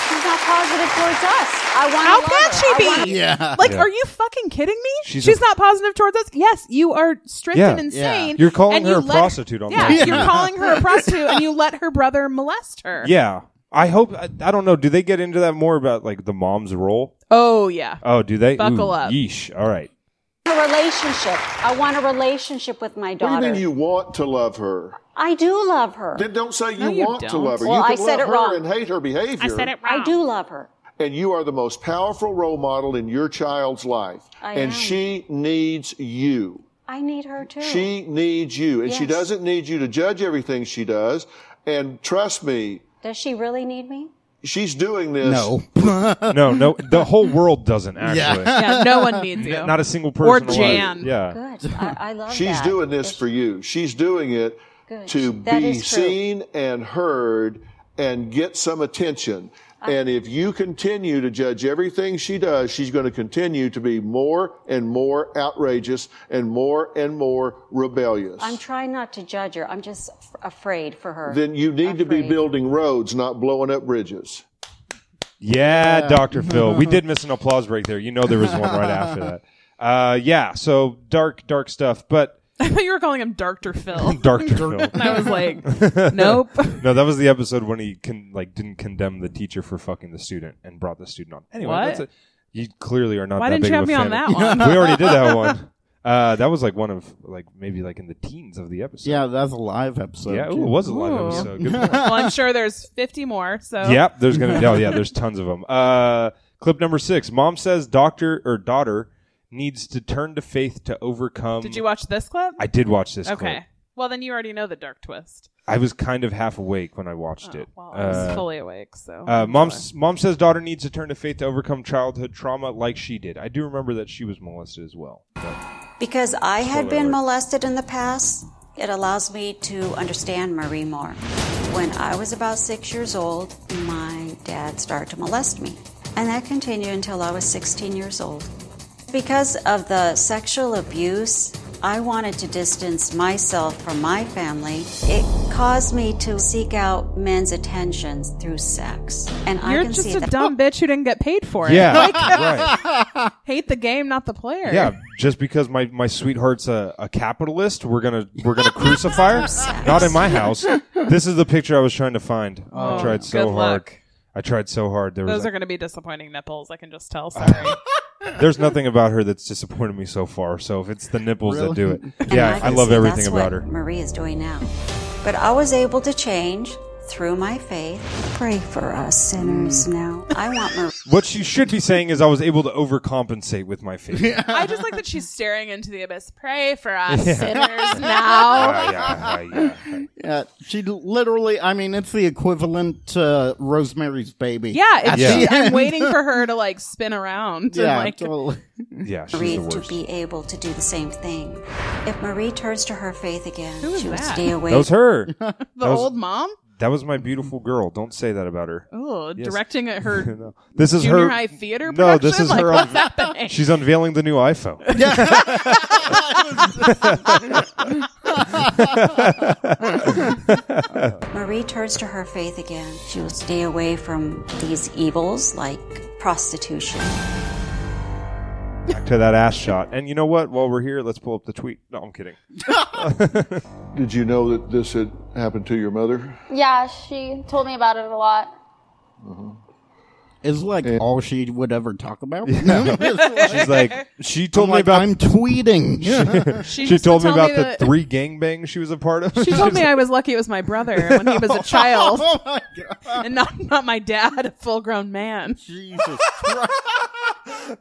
[SPEAKER 9] She's not positive towards us. I want
[SPEAKER 3] How
[SPEAKER 9] to love
[SPEAKER 3] can
[SPEAKER 9] her. I
[SPEAKER 3] she
[SPEAKER 9] want-
[SPEAKER 3] be?
[SPEAKER 2] Yeah.
[SPEAKER 3] Like,
[SPEAKER 1] Yeah.
[SPEAKER 3] are you fucking kidding me?
[SPEAKER 1] She's
[SPEAKER 3] She's,
[SPEAKER 1] a-
[SPEAKER 3] not positive towards us. Yes, you are strict
[SPEAKER 1] Yeah.
[SPEAKER 3] and insane.
[SPEAKER 2] Yeah.
[SPEAKER 1] You're calling
[SPEAKER 3] and
[SPEAKER 1] her
[SPEAKER 3] you
[SPEAKER 1] a
[SPEAKER 3] let-
[SPEAKER 1] prostitute on
[SPEAKER 3] yeah,
[SPEAKER 1] purpose.
[SPEAKER 3] you're calling her a prostitute, and you let her brother molest her.
[SPEAKER 1] Yeah. I hope. I, I don't know. Do they get into that more about like the mom's role?
[SPEAKER 3] Oh yeah.
[SPEAKER 1] Oh, do they?
[SPEAKER 3] Buckle
[SPEAKER 1] Ooh,
[SPEAKER 3] up.
[SPEAKER 1] Yeesh. All right.
[SPEAKER 9] a relationship. I want a relationship with my
[SPEAKER 6] What do you
[SPEAKER 9] daughter.
[SPEAKER 6] mean you want to love her?
[SPEAKER 9] I do love her.
[SPEAKER 6] Then don't say you,
[SPEAKER 3] No, you
[SPEAKER 6] want to
[SPEAKER 3] don't.
[SPEAKER 6] love her.
[SPEAKER 9] Well,
[SPEAKER 6] you
[SPEAKER 9] I
[SPEAKER 6] can
[SPEAKER 9] said
[SPEAKER 6] love
[SPEAKER 9] it
[SPEAKER 6] her
[SPEAKER 9] wrong.
[SPEAKER 6] and hate her behavior.
[SPEAKER 9] I do love her.
[SPEAKER 6] and you are the most powerful role model in your child's life.
[SPEAKER 9] I
[SPEAKER 6] and
[SPEAKER 9] am.
[SPEAKER 6] she needs you.
[SPEAKER 9] I need her too.
[SPEAKER 6] She needs you. And she
[SPEAKER 9] Yes.
[SPEAKER 6] doesn't need you to judge everything she does. And trust me,
[SPEAKER 9] Does she really need me?
[SPEAKER 6] she's doing this.
[SPEAKER 2] No.
[SPEAKER 1] No, no. The whole world doesn't actually.
[SPEAKER 3] Yeah, no one needs you.
[SPEAKER 1] Not a single person. alive.
[SPEAKER 3] Jan.
[SPEAKER 1] Yeah.
[SPEAKER 9] Good. I, I love
[SPEAKER 6] She's
[SPEAKER 9] that.
[SPEAKER 6] doing this for you. She's doing it
[SPEAKER 9] Good.
[SPEAKER 6] to
[SPEAKER 9] That
[SPEAKER 6] be
[SPEAKER 9] is true.
[SPEAKER 6] seen and heard and get some attention. and if you continue to judge everything she does, she's going to continue to be more and more outrageous and more and more rebellious.
[SPEAKER 9] I'm trying not to judge her. I'm just f- afraid for her.
[SPEAKER 6] then you need to be
[SPEAKER 9] Afraid.
[SPEAKER 6] building roads, not blowing up bridges.
[SPEAKER 1] Yeah, Dr. Phil. We did miss an applause break there. You know there was one right after that. Uh, yeah, so dark, dark stuff, but
[SPEAKER 3] I thought you were calling him Dr. Phil.
[SPEAKER 1] Dr. Phil.
[SPEAKER 3] And I was like, nope.
[SPEAKER 1] No, that was the episode when he con- like didn't condemn the teacher for fucking the student and brought the student on. Anyway,
[SPEAKER 3] What?
[SPEAKER 1] that's it. You clearly are not.
[SPEAKER 3] Why
[SPEAKER 1] that
[SPEAKER 3] didn't
[SPEAKER 1] big
[SPEAKER 3] you
[SPEAKER 1] of a
[SPEAKER 3] have me
[SPEAKER 1] fan
[SPEAKER 3] on that
[SPEAKER 1] of-
[SPEAKER 3] one?
[SPEAKER 1] we already did that one. Uh, that was like one of like maybe like in the teens of the episode.
[SPEAKER 2] Yeah, that's a live episode.
[SPEAKER 1] yeah. Ooh,
[SPEAKER 2] too.
[SPEAKER 1] it was a live
[SPEAKER 3] Ooh.
[SPEAKER 1] episode. Good point.
[SPEAKER 3] well, I'm sure there's 50 more. So
[SPEAKER 1] Yep, there's gonna. Oh yeah, there's tons of them. Uh, clip number six. Mom says doctor or daughter needs to turn to faith to overcome.
[SPEAKER 3] did you watch this clip?
[SPEAKER 1] I did watch this.
[SPEAKER 3] okay.
[SPEAKER 1] clip.
[SPEAKER 3] Well, then you already know the dark twist.
[SPEAKER 1] I was kind of half awake when I watched it.
[SPEAKER 3] Oh, Well, I was
[SPEAKER 1] Uh,
[SPEAKER 3] fully awake, so
[SPEAKER 1] uh, mom, s- mom says daughter needs a turn to faith to overcome childhood trauma like she did. I do remember that she was molested as well.
[SPEAKER 3] Oh
[SPEAKER 4] Because I had
[SPEAKER 1] Spoiler
[SPEAKER 4] been
[SPEAKER 1] alert.
[SPEAKER 4] molested in the past, it allows me to understand Marie more. When I was about six years old, my dad started to molest me, and that continued until I was 16 years old. Because of the sexual abuse, I wanted to distance myself from my family. It caused me to seek out men's attentions through sex, and I
[SPEAKER 3] you're
[SPEAKER 4] can
[SPEAKER 3] just
[SPEAKER 4] see
[SPEAKER 3] a
[SPEAKER 4] that. Oh.
[SPEAKER 3] dumb bitch who didn't get paid for it.
[SPEAKER 1] Yeah, right.
[SPEAKER 3] Hate the game, not the player.
[SPEAKER 1] Yeah, just because my, my sweetheart's a, a capitalist, we're gonna we're gonna crucify her. Not in my house. This is the picture I was trying to find. I tried so
[SPEAKER 3] good
[SPEAKER 1] hard.
[SPEAKER 3] luck.
[SPEAKER 1] I tried so hard. There was
[SPEAKER 3] Those are going to be disappointing nipples. I can just tell. Sorry.
[SPEAKER 1] there's nothing about her that's disappointed me so far. So if it's the nipples that do it,
[SPEAKER 4] And
[SPEAKER 1] yeah, I,
[SPEAKER 4] can
[SPEAKER 1] love
[SPEAKER 4] see
[SPEAKER 1] everything
[SPEAKER 4] that's
[SPEAKER 1] about
[SPEAKER 4] what
[SPEAKER 1] her.
[SPEAKER 4] Marie is doing now. But I was able to change through my faith. Pray for us sinners
[SPEAKER 3] Mm.
[SPEAKER 4] now. I want Marie.
[SPEAKER 1] What she should be saying is, I was able to overcompensate with my faith. Yeah,
[SPEAKER 3] I just like that she's staring into the abyss. Pray for us sinners now.
[SPEAKER 1] yeah, yeah, yeah.
[SPEAKER 2] Yeah, she literally, I mean, it's the equivalent to Rosemary's Baby.
[SPEAKER 3] Yeah, it's
[SPEAKER 1] Yeah.
[SPEAKER 3] she- I'm waiting for her to like spin around.
[SPEAKER 2] Yeah,
[SPEAKER 3] and, like,
[SPEAKER 2] totally.
[SPEAKER 1] Yeah, she's the
[SPEAKER 4] Marie to
[SPEAKER 1] worst.
[SPEAKER 4] be able to do the same thing. If Marie turns to her faith again,
[SPEAKER 3] Who is
[SPEAKER 4] she will
[SPEAKER 3] that?
[SPEAKER 4] stay away.
[SPEAKER 1] That was her.
[SPEAKER 3] the
[SPEAKER 1] was-
[SPEAKER 3] old mom.
[SPEAKER 1] That was my beautiful girl. Don't say that about her.
[SPEAKER 3] Oh,
[SPEAKER 1] Yes.
[SPEAKER 3] directing at her
[SPEAKER 1] No. This is
[SPEAKER 3] junior
[SPEAKER 1] her
[SPEAKER 3] high theater.
[SPEAKER 1] No, this
[SPEAKER 3] production?
[SPEAKER 1] is
[SPEAKER 3] like,
[SPEAKER 1] her. un-
[SPEAKER 3] What's happening?
[SPEAKER 1] she's unveiling the new iPhone.
[SPEAKER 4] Marie turns to her faith again, she will stay away from these evils like prostitution.
[SPEAKER 1] Back to that ass shot. And you know what? While we're here, let's pull up the tweet. No, I'm kidding.
[SPEAKER 6] Did you know that this had happened to your mother?
[SPEAKER 5] Yeah, she told me about it a lot.
[SPEAKER 2] It's like all she would ever talk about.
[SPEAKER 1] She's like, she told
[SPEAKER 2] I'm
[SPEAKER 1] me
[SPEAKER 2] like,
[SPEAKER 1] about.
[SPEAKER 2] I'm tweeting.
[SPEAKER 3] she,
[SPEAKER 1] she
[SPEAKER 3] used to
[SPEAKER 1] told me
[SPEAKER 3] tell
[SPEAKER 1] about
[SPEAKER 3] that-
[SPEAKER 1] the three gangbangs she was a part of.
[SPEAKER 3] She told me I was lucky it was my brother when he was a child
[SPEAKER 2] oh my god,
[SPEAKER 3] and not, not my dad, a full grown man.
[SPEAKER 2] Jesus Christ.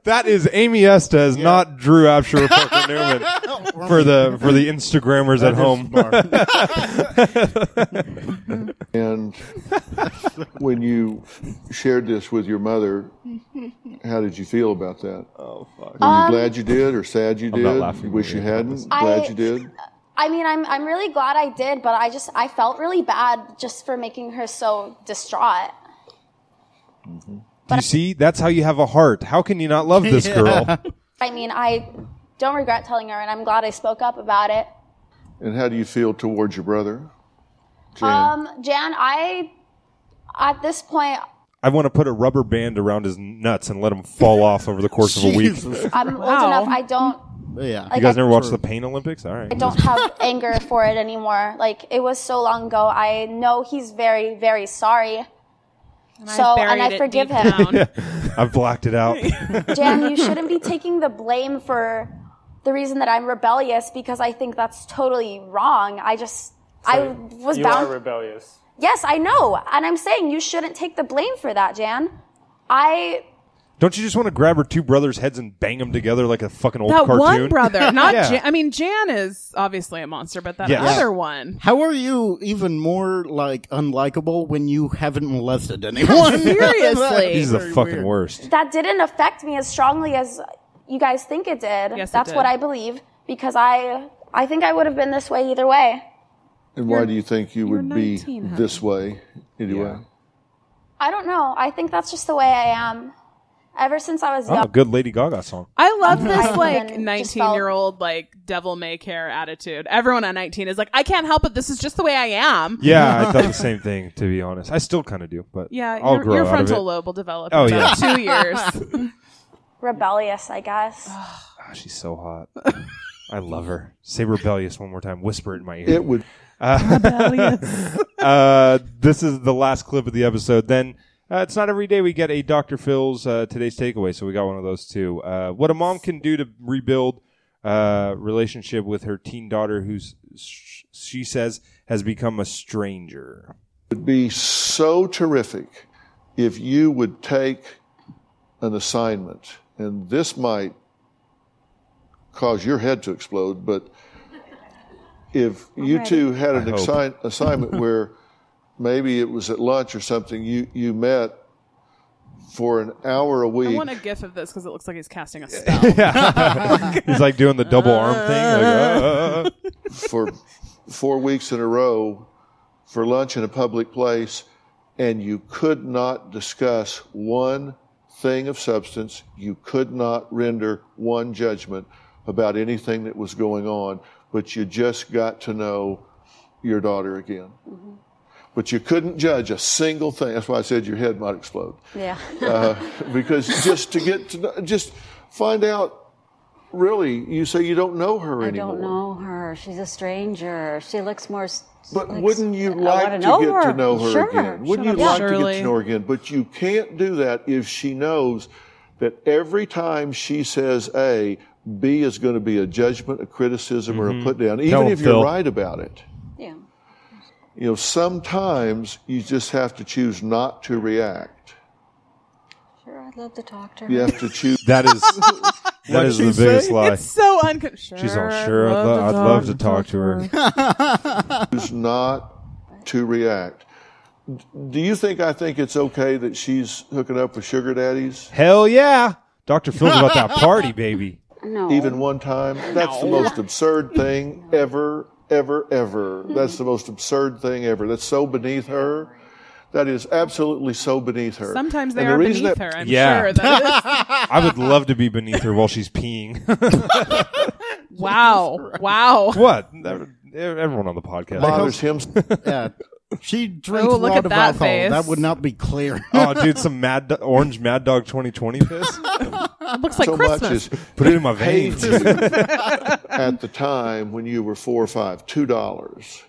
[SPEAKER 1] that is Amy Estes, not Drew Absher or Parker Newman for the for the Instagrammers at home.
[SPEAKER 6] And when you shared this with your mother, how did you feel about that? Oh fuck! Were you
[SPEAKER 5] Um,
[SPEAKER 6] glad you did, or sad you did?
[SPEAKER 1] not laughing
[SPEAKER 6] You wish
[SPEAKER 1] at
[SPEAKER 6] you
[SPEAKER 1] you.
[SPEAKER 6] hadn't. Glad
[SPEAKER 5] I-
[SPEAKER 6] you did.
[SPEAKER 5] I mean, I'm I'm really glad I did, but I just I felt really bad just for making her so distraught.
[SPEAKER 1] Do you see? That's how you have a heart. How can you not love this girl?
[SPEAKER 5] I mean, I don't regret telling her, and I'm glad I spoke up about it.
[SPEAKER 6] And how do you feel towards your brother, Jan?
[SPEAKER 5] Um, Jan, I at this point
[SPEAKER 1] I want to put a rubber band around his nuts and let him fall off over the course of a week.
[SPEAKER 2] Jesus.
[SPEAKER 3] Uh,
[SPEAKER 5] I'm old
[SPEAKER 3] Wow.
[SPEAKER 5] enough. I don't
[SPEAKER 2] Yeah.
[SPEAKER 5] like
[SPEAKER 1] You guys
[SPEAKER 5] I
[SPEAKER 1] never watched the Pain Olympics? All right.
[SPEAKER 5] don't have anger for it anymore. Like it was so long ago. I know he's very very sorry.
[SPEAKER 3] And
[SPEAKER 5] So,
[SPEAKER 3] buried
[SPEAKER 5] and I
[SPEAKER 3] it
[SPEAKER 5] forgive
[SPEAKER 3] deep
[SPEAKER 5] him.
[SPEAKER 3] down.
[SPEAKER 1] I've blacked it out.
[SPEAKER 5] Jan, you shouldn't be taking the blame for the reason that I'm rebellious because I think that's totally wrong. I just I was
[SPEAKER 8] you
[SPEAKER 5] bound.
[SPEAKER 8] are rebellious.
[SPEAKER 5] yes, I know, and I'm saying you shouldn't take the blame for that, Jan. I
[SPEAKER 1] Don't you just want to grab her two brothers' heads and bang them together like a fucking old
[SPEAKER 3] That
[SPEAKER 1] cartoon?
[SPEAKER 3] one brother, not
[SPEAKER 1] Yeah.
[SPEAKER 3] Jan. I mean, Jan is obviously a monster, but that
[SPEAKER 1] Yes.
[SPEAKER 3] other one.
[SPEAKER 2] How are you even more like unlikable when you haven't molested anyone?
[SPEAKER 3] Seriously.
[SPEAKER 1] He's the
[SPEAKER 2] Very
[SPEAKER 1] fucking
[SPEAKER 2] weird.
[SPEAKER 1] worst.
[SPEAKER 5] that didn't affect me as strongly as you guys think it did.
[SPEAKER 3] Yes, it
[SPEAKER 5] That's
[SPEAKER 3] did.
[SPEAKER 5] what I believe because I I think I would have been this way either way.
[SPEAKER 6] and why do you think you would be
[SPEAKER 3] 19, huh?
[SPEAKER 6] this way anyway?
[SPEAKER 5] I don't know. I think that's just the way I am. Ever since I was
[SPEAKER 1] Oh,
[SPEAKER 5] young,
[SPEAKER 1] good Lady Gaga song.
[SPEAKER 3] I
[SPEAKER 1] Mm-hmm.
[SPEAKER 3] love this
[SPEAKER 5] I
[SPEAKER 3] like
[SPEAKER 5] even just
[SPEAKER 3] 19 year old like devil may care attitude. Everyone at 19 is like, I can't help it. This is just the way I am.
[SPEAKER 1] Yeah, I thought the same thing. To be honest, I still kind of do, but
[SPEAKER 3] Yeah,
[SPEAKER 1] I'll
[SPEAKER 3] your,
[SPEAKER 1] grow
[SPEAKER 3] your
[SPEAKER 1] out
[SPEAKER 3] frontal
[SPEAKER 1] of it.
[SPEAKER 3] lobe will develop.
[SPEAKER 1] Oh,
[SPEAKER 3] in about two years.
[SPEAKER 5] rebellious, I guess.
[SPEAKER 1] Ah, she's so hot. I love her. Say rebellious one more time. Whisper it in my ear.
[SPEAKER 6] It would.
[SPEAKER 1] uh, this is the last clip of the episode. Then uh, it's not every day we get a Dr. Phil's uh, today's takeaway, so we got one of those too. Uh, what a mom can do to rebuild uh, relationship with her teen daughter, who's sh- she says has become a stranger.
[SPEAKER 6] would be so terrific if you would take an assignment, and this might cause your head to explode, but if you two had an
[SPEAKER 1] I hope.
[SPEAKER 6] assign- assignment where maybe it was at lunch or something, you, you met for an hour a
[SPEAKER 3] I
[SPEAKER 6] week.
[SPEAKER 3] want a gif of this because it looks like he's casting a spell.
[SPEAKER 1] He's like doing the double arm thing. like, uh,
[SPEAKER 6] for four weeks in a row for lunch in a public place, and you could not discuss one thing of substance. You could not render one judgment about anything that was going on, but you just got to know your daughter again.
[SPEAKER 4] Mm-hmm.
[SPEAKER 6] But you couldn't judge a single thing. That's why I said your head might explode
[SPEAKER 4] Yeah.
[SPEAKER 6] because just to get to know, just find out really you say you don't know her
[SPEAKER 4] I
[SPEAKER 6] anymore
[SPEAKER 4] don't know her. She's a stranger. She looks more. s-
[SPEAKER 6] But
[SPEAKER 4] like-
[SPEAKER 6] wouldn't you
[SPEAKER 4] I
[SPEAKER 6] like
[SPEAKER 4] wanna
[SPEAKER 6] to
[SPEAKER 4] know
[SPEAKER 6] get
[SPEAKER 4] her.
[SPEAKER 6] to know her
[SPEAKER 4] Sure.
[SPEAKER 6] again? Wouldn't
[SPEAKER 3] Shut
[SPEAKER 6] you
[SPEAKER 3] up,
[SPEAKER 6] like to get
[SPEAKER 3] Shirley.
[SPEAKER 6] to know her again? But you can't do that if she knows that every time she says A, B is going to be a judgment, a criticism, or a put down, even
[SPEAKER 1] him,
[SPEAKER 6] if you're
[SPEAKER 1] Phil.
[SPEAKER 6] right about it.
[SPEAKER 4] Yeah.
[SPEAKER 6] You know, sometimes you just have to choose not to react.
[SPEAKER 4] Sure, I'd love to talk to her.
[SPEAKER 6] You have to choose.
[SPEAKER 1] that is that is the
[SPEAKER 2] she
[SPEAKER 1] biggest
[SPEAKER 2] say?
[SPEAKER 1] lie.
[SPEAKER 3] It's so uncon. Sure,
[SPEAKER 1] She's all sure. I'd, lo- I'd love to talk to her.
[SPEAKER 6] choose not to react. D- Do you think I think it's okay that she's hooking up with sugar daddies
[SPEAKER 1] Hell yeah, Doctor Phil's about that party, baby.
[SPEAKER 4] No.
[SPEAKER 6] even one time? That's the most absurd thing ever, ever, ever.
[SPEAKER 3] Mm-hmm.
[SPEAKER 6] That's the most absurd thing ever. That's so beneath her. That is absolutely so beneath her.
[SPEAKER 3] Sometimes they
[SPEAKER 6] And the
[SPEAKER 3] are
[SPEAKER 6] reason
[SPEAKER 3] beneath
[SPEAKER 6] that-
[SPEAKER 3] her. I'm
[SPEAKER 1] Yeah.
[SPEAKER 3] sure that is.
[SPEAKER 1] I would love to be beneath her while she's peeing.
[SPEAKER 3] Wow, wow.
[SPEAKER 1] what? Never- Everyone on the podcast.
[SPEAKER 6] Bothers him.
[SPEAKER 2] Yeah. She drinks
[SPEAKER 3] Oh,
[SPEAKER 2] a
[SPEAKER 3] look
[SPEAKER 2] lot
[SPEAKER 3] at
[SPEAKER 2] of
[SPEAKER 3] that
[SPEAKER 2] alcohol.
[SPEAKER 3] face.
[SPEAKER 2] That would not be clear.
[SPEAKER 1] Oh, dude, some mad Do- orange Mad Dog 2020 piss.
[SPEAKER 3] It looks like
[SPEAKER 6] so much
[SPEAKER 3] Christmas.
[SPEAKER 6] is
[SPEAKER 1] Put it in my
[SPEAKER 6] paid
[SPEAKER 1] veins.
[SPEAKER 6] you at the time when you were four or five, two dollars.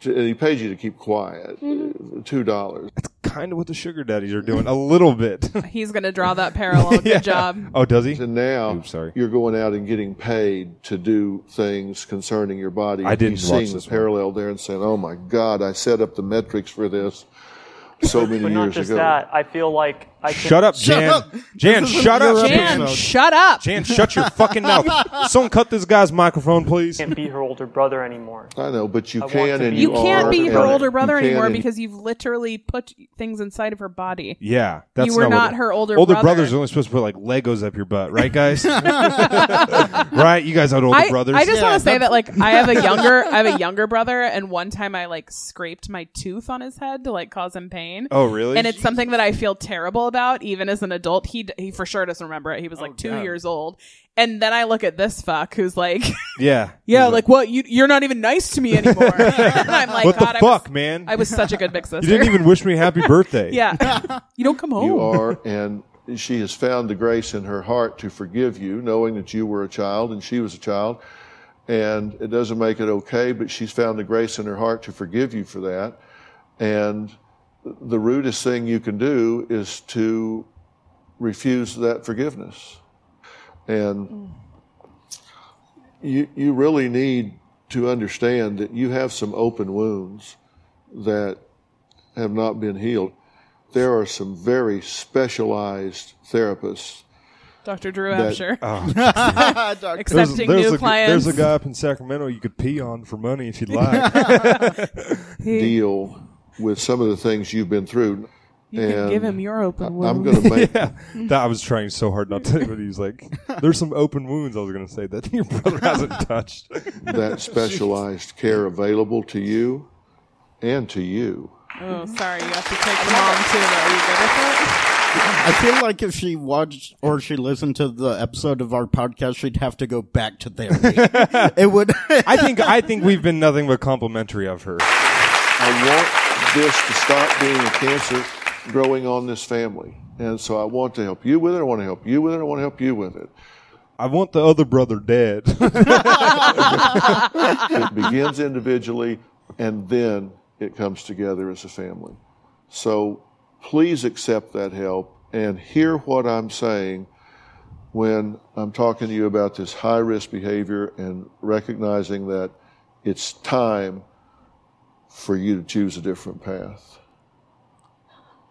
[SPEAKER 6] He paid you to keep quiet.
[SPEAKER 3] Mm-hmm.
[SPEAKER 6] Two dollars.
[SPEAKER 1] kind of what the sugar daddies are doing a little bit.
[SPEAKER 3] He's gonna draw that parallel. Good job.
[SPEAKER 1] Oh, does he?
[SPEAKER 6] And now
[SPEAKER 1] Oops, sorry.
[SPEAKER 6] you're going out and getting paid to do things concerning your body.
[SPEAKER 1] I didn't
[SPEAKER 6] He's
[SPEAKER 1] watch
[SPEAKER 6] seeing
[SPEAKER 1] this
[SPEAKER 6] the
[SPEAKER 1] one.
[SPEAKER 6] parallel there and saying, "Oh my God, I set up the metrics for this so many
[SPEAKER 7] But not
[SPEAKER 6] years
[SPEAKER 7] just
[SPEAKER 6] ago."
[SPEAKER 7] that. I feel like I can,
[SPEAKER 1] Shut up,
[SPEAKER 2] Shut
[SPEAKER 1] Jan.
[SPEAKER 2] up.
[SPEAKER 1] Jan,
[SPEAKER 2] This is
[SPEAKER 1] shut
[SPEAKER 2] your
[SPEAKER 6] Oh,
[SPEAKER 1] up,
[SPEAKER 2] episode.
[SPEAKER 1] Jan.
[SPEAKER 3] Jan, shut up.
[SPEAKER 1] Jan, shut your fucking mouth. Someone cut this guy's microphone, please.
[SPEAKER 7] can't be her older brother anymore.
[SPEAKER 6] I know, but you
[SPEAKER 7] want
[SPEAKER 6] can
[SPEAKER 7] to
[SPEAKER 6] and
[SPEAKER 7] be-
[SPEAKER 6] you,
[SPEAKER 3] You can't
[SPEAKER 6] are,
[SPEAKER 3] be her
[SPEAKER 6] and
[SPEAKER 3] older brother
[SPEAKER 6] you can
[SPEAKER 3] anymore
[SPEAKER 6] and-
[SPEAKER 3] because you've literally put things inside of her body.
[SPEAKER 1] Yeah, that's
[SPEAKER 3] You were
[SPEAKER 1] what-
[SPEAKER 3] not her older brother.
[SPEAKER 1] brothers are only supposed to put like Legos up your butt, right, guys? right? You guys had older
[SPEAKER 3] I,
[SPEAKER 1] brothers.
[SPEAKER 3] I just want to say that like I have a younger I have a younger brother and one time I like scraped my tooth on his head to like cause him pain.
[SPEAKER 1] Oh, really?
[SPEAKER 3] And it's something that I feel terrible about even as an adult. He d- he for sure doesn't remember it. He
[SPEAKER 6] Oh,
[SPEAKER 3] was like 2 years old. And then I look at this fuck who's like,
[SPEAKER 1] yeah,
[SPEAKER 3] yeah, like what you you're not even nice to me anymore. and I'm like,
[SPEAKER 1] what
[SPEAKER 3] God,
[SPEAKER 1] the fuck,
[SPEAKER 3] I was,
[SPEAKER 1] man?
[SPEAKER 3] I was such a good big sister.
[SPEAKER 1] you didn't even wish me happy birthday.
[SPEAKER 3] yeah. you don't come home.
[SPEAKER 6] you are, and she has found the grace in her heart to forgive you, knowing that you were a child and she was a child. And it doesn't make it okay, but she's found the grace in her heart to forgive you for that. And the rudest thing you can do is to refuse that forgiveness. And you, you really need to understand that you have some open wounds that have not been healed. There are some very specialized therapists.
[SPEAKER 3] Dr. Drew
[SPEAKER 6] That-
[SPEAKER 3] Absher.
[SPEAKER 1] There's,
[SPEAKER 3] Accepting
[SPEAKER 1] there's
[SPEAKER 3] new
[SPEAKER 1] a,
[SPEAKER 3] clients.
[SPEAKER 1] there's a guy up in Sacramento you could pee on for money if you'd like.
[SPEAKER 6] deal with some of the things you've been through.
[SPEAKER 3] you can
[SPEAKER 6] and
[SPEAKER 3] give him your open wound.
[SPEAKER 6] I'm going to make
[SPEAKER 1] yeah, that I was trying so hard not to. But he's like, "There's some open wounds." I was going to say that your brother hasn't touched.
[SPEAKER 6] that specialized care available to you and to you.
[SPEAKER 3] Oh, sorry. You have to take the mom too. Are you good with it?
[SPEAKER 2] I feel like if she watched or she listened to the episode of our podcast, she'd have to go back to therapy. it would.
[SPEAKER 1] I think I think we've been nothing but complimentary of her.
[SPEAKER 6] I want this to stop being a cancer growing on this family. And so I want to help you with it. I want to help you with it. I want to help you with it.
[SPEAKER 1] I want the other brother dead.
[SPEAKER 6] It begins individually and then it comes together as a family. So please accept that help and hear what I'm saying when I'm talking to you about this high risk behavior and recognizing that it's time for you to choose a different path.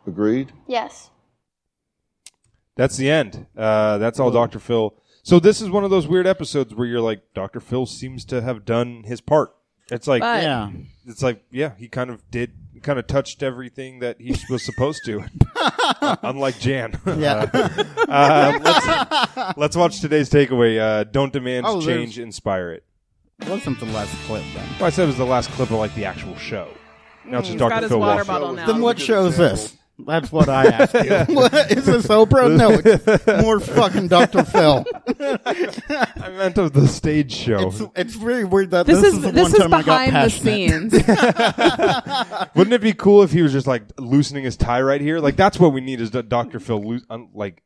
[SPEAKER 6] Agreed?
[SPEAKER 5] Yes.
[SPEAKER 1] that's the end. Uh, that's all Dr. Phil. So this is one of those weird episodes where you're like, Dr. Phil seems to have done his part. It's like,
[SPEAKER 3] But-
[SPEAKER 2] Yeah.
[SPEAKER 1] it's like, yeah, he kind of did, kind of touched everything that he was supposed to. Unlike Jan.
[SPEAKER 2] Yeah.
[SPEAKER 1] Uh, let's, let's watch today's takeaway. Uh, don't demand
[SPEAKER 2] Oh, there's-
[SPEAKER 1] change, inspire it.
[SPEAKER 2] Wasn't the last clip then?
[SPEAKER 1] Well, I said it was the last clip of like the actual show. Now it's just
[SPEAKER 3] Mm, got
[SPEAKER 1] Dr.
[SPEAKER 3] his
[SPEAKER 1] Phil
[SPEAKER 3] water
[SPEAKER 1] Walsh.
[SPEAKER 3] bottle now.
[SPEAKER 2] Then what
[SPEAKER 6] Good
[SPEAKER 2] show is
[SPEAKER 6] example.
[SPEAKER 2] this? That's what I asked you. What, is this Oprah? No, it's more fucking Dr. Phil.
[SPEAKER 1] I meant of the stage show.
[SPEAKER 2] It's, it's very weird that
[SPEAKER 3] This,
[SPEAKER 2] this,
[SPEAKER 3] is
[SPEAKER 2] the one
[SPEAKER 3] this is
[SPEAKER 2] time I got
[SPEAKER 3] behind the
[SPEAKER 2] passionate.
[SPEAKER 3] scenes.
[SPEAKER 1] Wouldn't it be cool if he was just like loosening his tie right here? Like that's what we need is Dr. Phil loo- un- like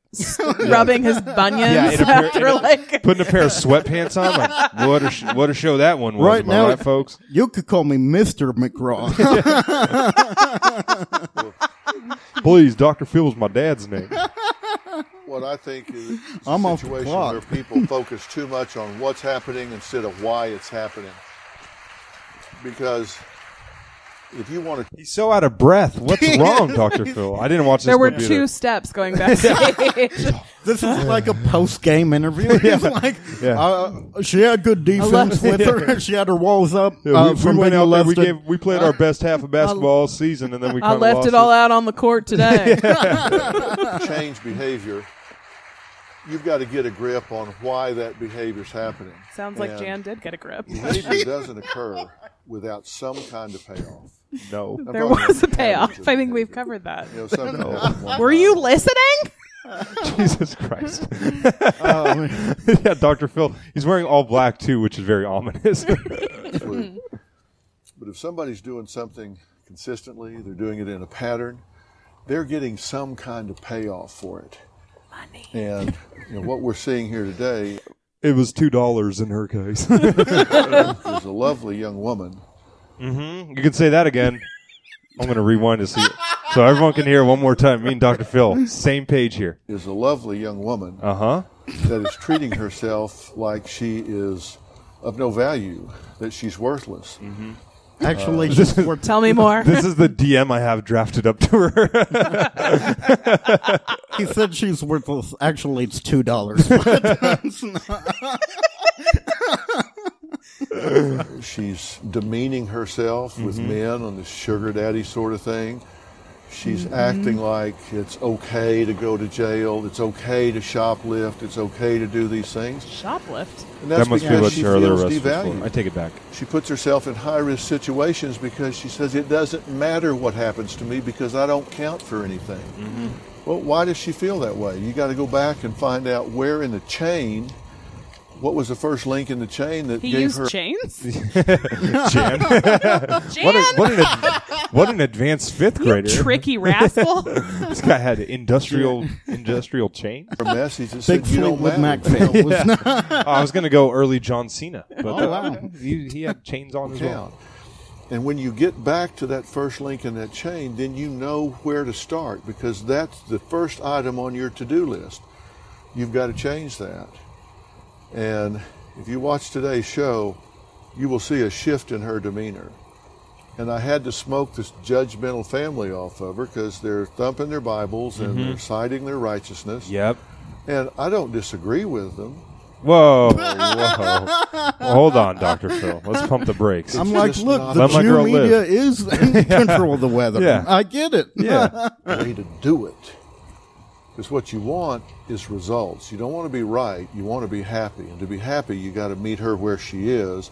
[SPEAKER 3] rubbing his bunions
[SPEAKER 1] Yeah, in a pair-
[SPEAKER 3] after
[SPEAKER 1] in a-
[SPEAKER 3] like
[SPEAKER 1] putting a pair of sweatpants on. Like what a sh- what a show that one was.
[SPEAKER 2] Right
[SPEAKER 1] am I
[SPEAKER 2] now-
[SPEAKER 1] right, folks.
[SPEAKER 2] You could call me Mr. McGraw.
[SPEAKER 1] Please, Dr. Phil's my dad's name.
[SPEAKER 6] What I think is it's a
[SPEAKER 2] I'm off the
[SPEAKER 6] situation
[SPEAKER 2] clock.
[SPEAKER 6] where people focus too much on what's happening instead of why it's happening. Because if you want to
[SPEAKER 1] He's so out of breath. What's wrong, Dr. Phil? I didn't watch this.
[SPEAKER 3] there were
[SPEAKER 1] clip
[SPEAKER 3] two
[SPEAKER 1] either.
[SPEAKER 3] steps going backstage.
[SPEAKER 2] this is like a post game interview. It's like,
[SPEAKER 1] Yeah.
[SPEAKER 2] uh, she had good defense with her. She had her walls up
[SPEAKER 1] Yeah,
[SPEAKER 2] uh,
[SPEAKER 1] we, we
[SPEAKER 2] from
[SPEAKER 1] went
[SPEAKER 2] being
[SPEAKER 1] out there. We,
[SPEAKER 2] arrested.
[SPEAKER 1] gave, we played our best half of basketball all season, and then we
[SPEAKER 3] I
[SPEAKER 1] kinda
[SPEAKER 3] left
[SPEAKER 1] lost
[SPEAKER 3] it all out on the court today.
[SPEAKER 6] change behavior, you've got to get a grip on why that behavior's happening.
[SPEAKER 3] Sounds like
[SPEAKER 6] And
[SPEAKER 3] Jan did get a grip.
[SPEAKER 6] Behavior doesn't occur without some kind of payoff.
[SPEAKER 1] No,
[SPEAKER 6] I'm
[SPEAKER 3] There
[SPEAKER 6] talking
[SPEAKER 3] was a
[SPEAKER 6] about
[SPEAKER 3] payoff.
[SPEAKER 6] habits of
[SPEAKER 3] I think we've
[SPEAKER 6] behavior.
[SPEAKER 3] covered that.
[SPEAKER 6] You know, some
[SPEAKER 3] Were you listening?
[SPEAKER 1] Jesus Christ.
[SPEAKER 2] Oh, man.
[SPEAKER 1] yeah, Dr. Phil. He's wearing all black too, which is very ominous.
[SPEAKER 6] Absolutely. but if somebody's doing something consistently, they're doing it in a pattern, they're getting some kind of payoff for it. Money. And you know, what we're seeing here today
[SPEAKER 1] it was two dollars in her case.
[SPEAKER 6] is a lovely young woman.
[SPEAKER 1] you can say that again. I'm going to rewind to see it. So everyone can hear it one more time. Me and Dr. Phil, same page here.
[SPEAKER 6] Is a lovely young woman
[SPEAKER 1] Uh huh.
[SPEAKER 6] that is treating herself like she is of no value, that she's worthless.
[SPEAKER 1] uh,
[SPEAKER 2] Actually, she's worth
[SPEAKER 3] Tell me more.
[SPEAKER 1] This is the DM I have drafted up to her.
[SPEAKER 2] He said she's worthless. Actually, it's two dollars.
[SPEAKER 6] She's demeaning herself
[SPEAKER 1] Mm-hmm.
[SPEAKER 6] with men on the sugar daddy sort of thing. She's
[SPEAKER 1] Mm-hmm.
[SPEAKER 6] acting like it's okay to go to jail, it's okay to shoplift, it's okay to do these things.
[SPEAKER 3] Shoplift.
[SPEAKER 6] And
[SPEAKER 1] that must be
[SPEAKER 6] because
[SPEAKER 1] what
[SPEAKER 6] she
[SPEAKER 1] her other
[SPEAKER 6] feels
[SPEAKER 1] arrest was for.
[SPEAKER 6] devalued.
[SPEAKER 1] I take it back.
[SPEAKER 6] She puts herself in high risk situations because she says it doesn't matter what happens to me because I don't count for anything.
[SPEAKER 1] Mm-hmm.
[SPEAKER 6] Well, why does she feel that way? You got to go back and find out where in the chain, what was the first link in the chain that
[SPEAKER 3] He
[SPEAKER 6] gave
[SPEAKER 3] used
[SPEAKER 6] her
[SPEAKER 3] chains.
[SPEAKER 1] Jan. what, a, what, an ad- what an advanced fifth grader.
[SPEAKER 3] Tricky rascal.
[SPEAKER 1] This guy had industrial industrial chain.
[SPEAKER 6] a message that
[SPEAKER 2] Big
[SPEAKER 6] said you
[SPEAKER 2] Fleetwood
[SPEAKER 6] don't
[SPEAKER 2] Mac
[SPEAKER 6] matter.
[SPEAKER 2] fan. Was not,
[SPEAKER 1] Oh, I was going to go early John Cena, but that-
[SPEAKER 2] wow.
[SPEAKER 1] Oh, he, he had chains on as well.
[SPEAKER 6] count. And when you get back to that first link in that chain, then you know where to start because that's the first item on your to do list. You've got to change that. And if you watch today's show, you will see a shift in her demeanor. And I had to smoke this judgmental family off of her because they're thumping their Bibles and they're citing their righteousness.
[SPEAKER 1] Yep.
[SPEAKER 6] And I don't disagree with them.
[SPEAKER 1] Whoa, whoa. Well, hold on, Dr. Phil. Let's pump the brakes.
[SPEAKER 2] I'm like,
[SPEAKER 6] just
[SPEAKER 2] look,
[SPEAKER 6] not-
[SPEAKER 2] the
[SPEAKER 1] Let my
[SPEAKER 2] Jew
[SPEAKER 1] girl
[SPEAKER 2] media
[SPEAKER 1] live.
[SPEAKER 2] is in control of the weather.
[SPEAKER 1] Yeah.
[SPEAKER 2] I get it.
[SPEAKER 1] yeah.
[SPEAKER 6] way to do it. Because what you want is results. You don't want to be right. You want to be happy. And to be happy, you got to meet her where she is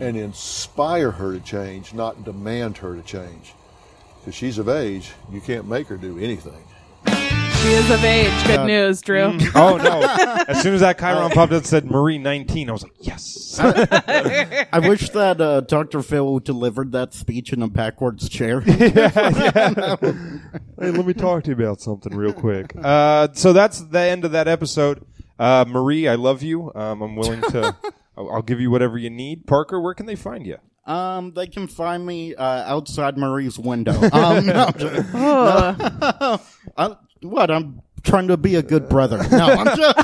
[SPEAKER 6] and inspire her to change, not demand her to change. Because she's of age, you can't make her do anything.
[SPEAKER 3] she is of age. Good news, Drew.
[SPEAKER 1] Oh no! As soon as that Chiron popped up, and said Marie nineteen. I was like, yes.
[SPEAKER 2] I wish that uh, Dr. Phil delivered that speech in a backwards chair.
[SPEAKER 1] hey, let me talk to you about something real quick. Uh, so that's the end of that episode. Uh, Marie, I love you. Um, I'm willing to. I'll I'll give you whatever you need. Parker, where can they find you?
[SPEAKER 2] um, they can find me uh, outside Marie's window. Um, no, I'm just- I, what? I'm trying to be a good brother. No, I'm just.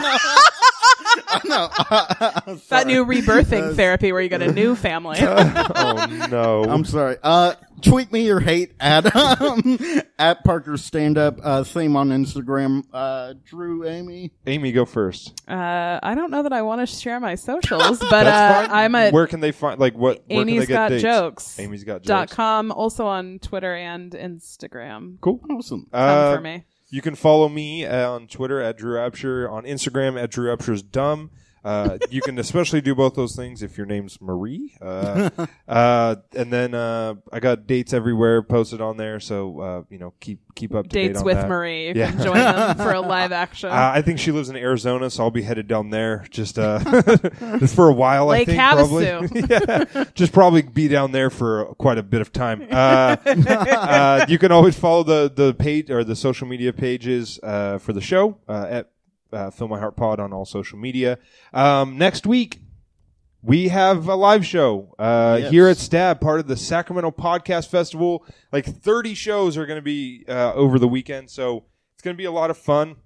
[SPEAKER 3] that new rebirthing therapy where you get a new family.
[SPEAKER 1] oh no.
[SPEAKER 2] I'm sorry. Uh, tweet me your hate at um, at Parker Stand Up. Uh, same on Instagram. Uh, Drew, Amy.
[SPEAKER 1] Amy, go first.
[SPEAKER 3] Uh, I don't know that I want to share my socials, but uh, I'm at
[SPEAKER 1] where can they find like what? Where can
[SPEAKER 3] Amy's
[SPEAKER 1] they get
[SPEAKER 3] Got
[SPEAKER 1] dates?
[SPEAKER 3] Jokes.
[SPEAKER 1] Amy's got jokes.
[SPEAKER 3] dot com. Also on Twitter and Instagram.
[SPEAKER 1] Cool.
[SPEAKER 2] Awesome.
[SPEAKER 1] Uh,
[SPEAKER 3] for me.
[SPEAKER 1] You can follow me uh, on Twitter at Drew Absher, on Instagram at Drew Absher's Dumb. Uh, you can especially do both those things if your name's Marie. Uh, uh, and then uh, I got dates everywhere posted on there, so uh, you know keep keep up to date
[SPEAKER 3] Dates
[SPEAKER 1] on
[SPEAKER 3] with
[SPEAKER 1] that.
[SPEAKER 3] Marie. You
[SPEAKER 1] Yeah.
[SPEAKER 3] can join them for a live action.
[SPEAKER 1] Uh, I think she lives in Arizona, so I'll be headed down there just uh, just for a while.
[SPEAKER 3] Lake
[SPEAKER 1] I think probably,
[SPEAKER 3] Havasu.
[SPEAKER 1] yeah, just probably be down there for quite a bit of time. Uh, uh, you can always follow the the page or the social media pages uh, for the show uh, at uh, Fill My Heart Pod on all social media. Um, next week. We have a live show uh,
[SPEAKER 2] Yes.
[SPEAKER 1] here at Stab, part of the Sacramento Podcast Festival. Like 30 shows are going to be uh, over the weekend, so it's going to be a lot of fun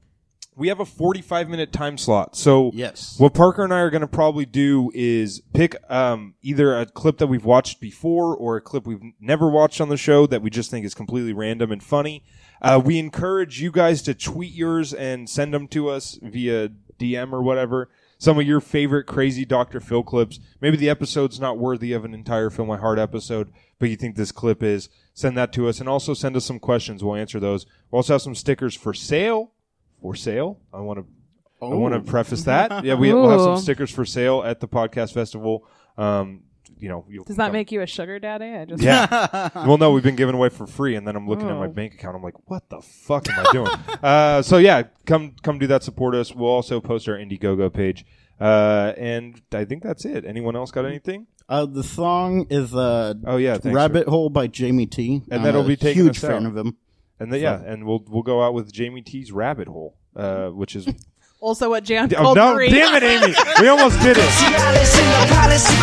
[SPEAKER 1] we have a 45 minute time slot. So
[SPEAKER 2] Yes.
[SPEAKER 1] what Parker and I are going to probably do is pick um, either a clip that we've watched before or a clip we've never watched on the show that we just think is completely random and funny. Uh, we encourage you guys to tweet yours and send them to us via DM or whatever. Some of your favorite crazy Dr. Phil clips. Maybe the episode's not worthy of an entire Fill My Heart episode, but you think this clip is. Send that to us and also send us some questions. We'll answer those. We'll also have some stickers for sale for sale. I want to. I want to preface that. Yeah, we, we'll have some
[SPEAKER 3] Ooh.
[SPEAKER 1] stickers for sale at the podcast festival. Um, you know, you'll
[SPEAKER 3] Does that
[SPEAKER 1] come-
[SPEAKER 3] make you a sugar daddy? I just
[SPEAKER 1] Yeah. well, no, we've been giving away for free, and then I'm looking at
[SPEAKER 3] Oh.
[SPEAKER 1] my bank account. I'm like, what the fuck am I doing? uh, so yeah, come come do that. Support us. We'll also post our Indiegogo page. Uh, and I think that's it. Anyone else got anything?
[SPEAKER 2] Uh, the song is uh,
[SPEAKER 1] Oh, yeah, thanks,
[SPEAKER 2] Rabbit Hole by Jamie T.
[SPEAKER 1] And
[SPEAKER 2] I'm
[SPEAKER 1] that'll
[SPEAKER 2] a
[SPEAKER 1] be taking
[SPEAKER 2] huge
[SPEAKER 1] us out.
[SPEAKER 2] fan of him.
[SPEAKER 1] And then, yeah, and we'll we'll go out with Jamie T's rabbit hole, uh, which is
[SPEAKER 3] also what Jan
[SPEAKER 1] oh
[SPEAKER 3] told
[SPEAKER 1] no,
[SPEAKER 3] Marie.
[SPEAKER 1] damn it, Amy, we almost did it.
[SPEAKER 10] Cialis in the palace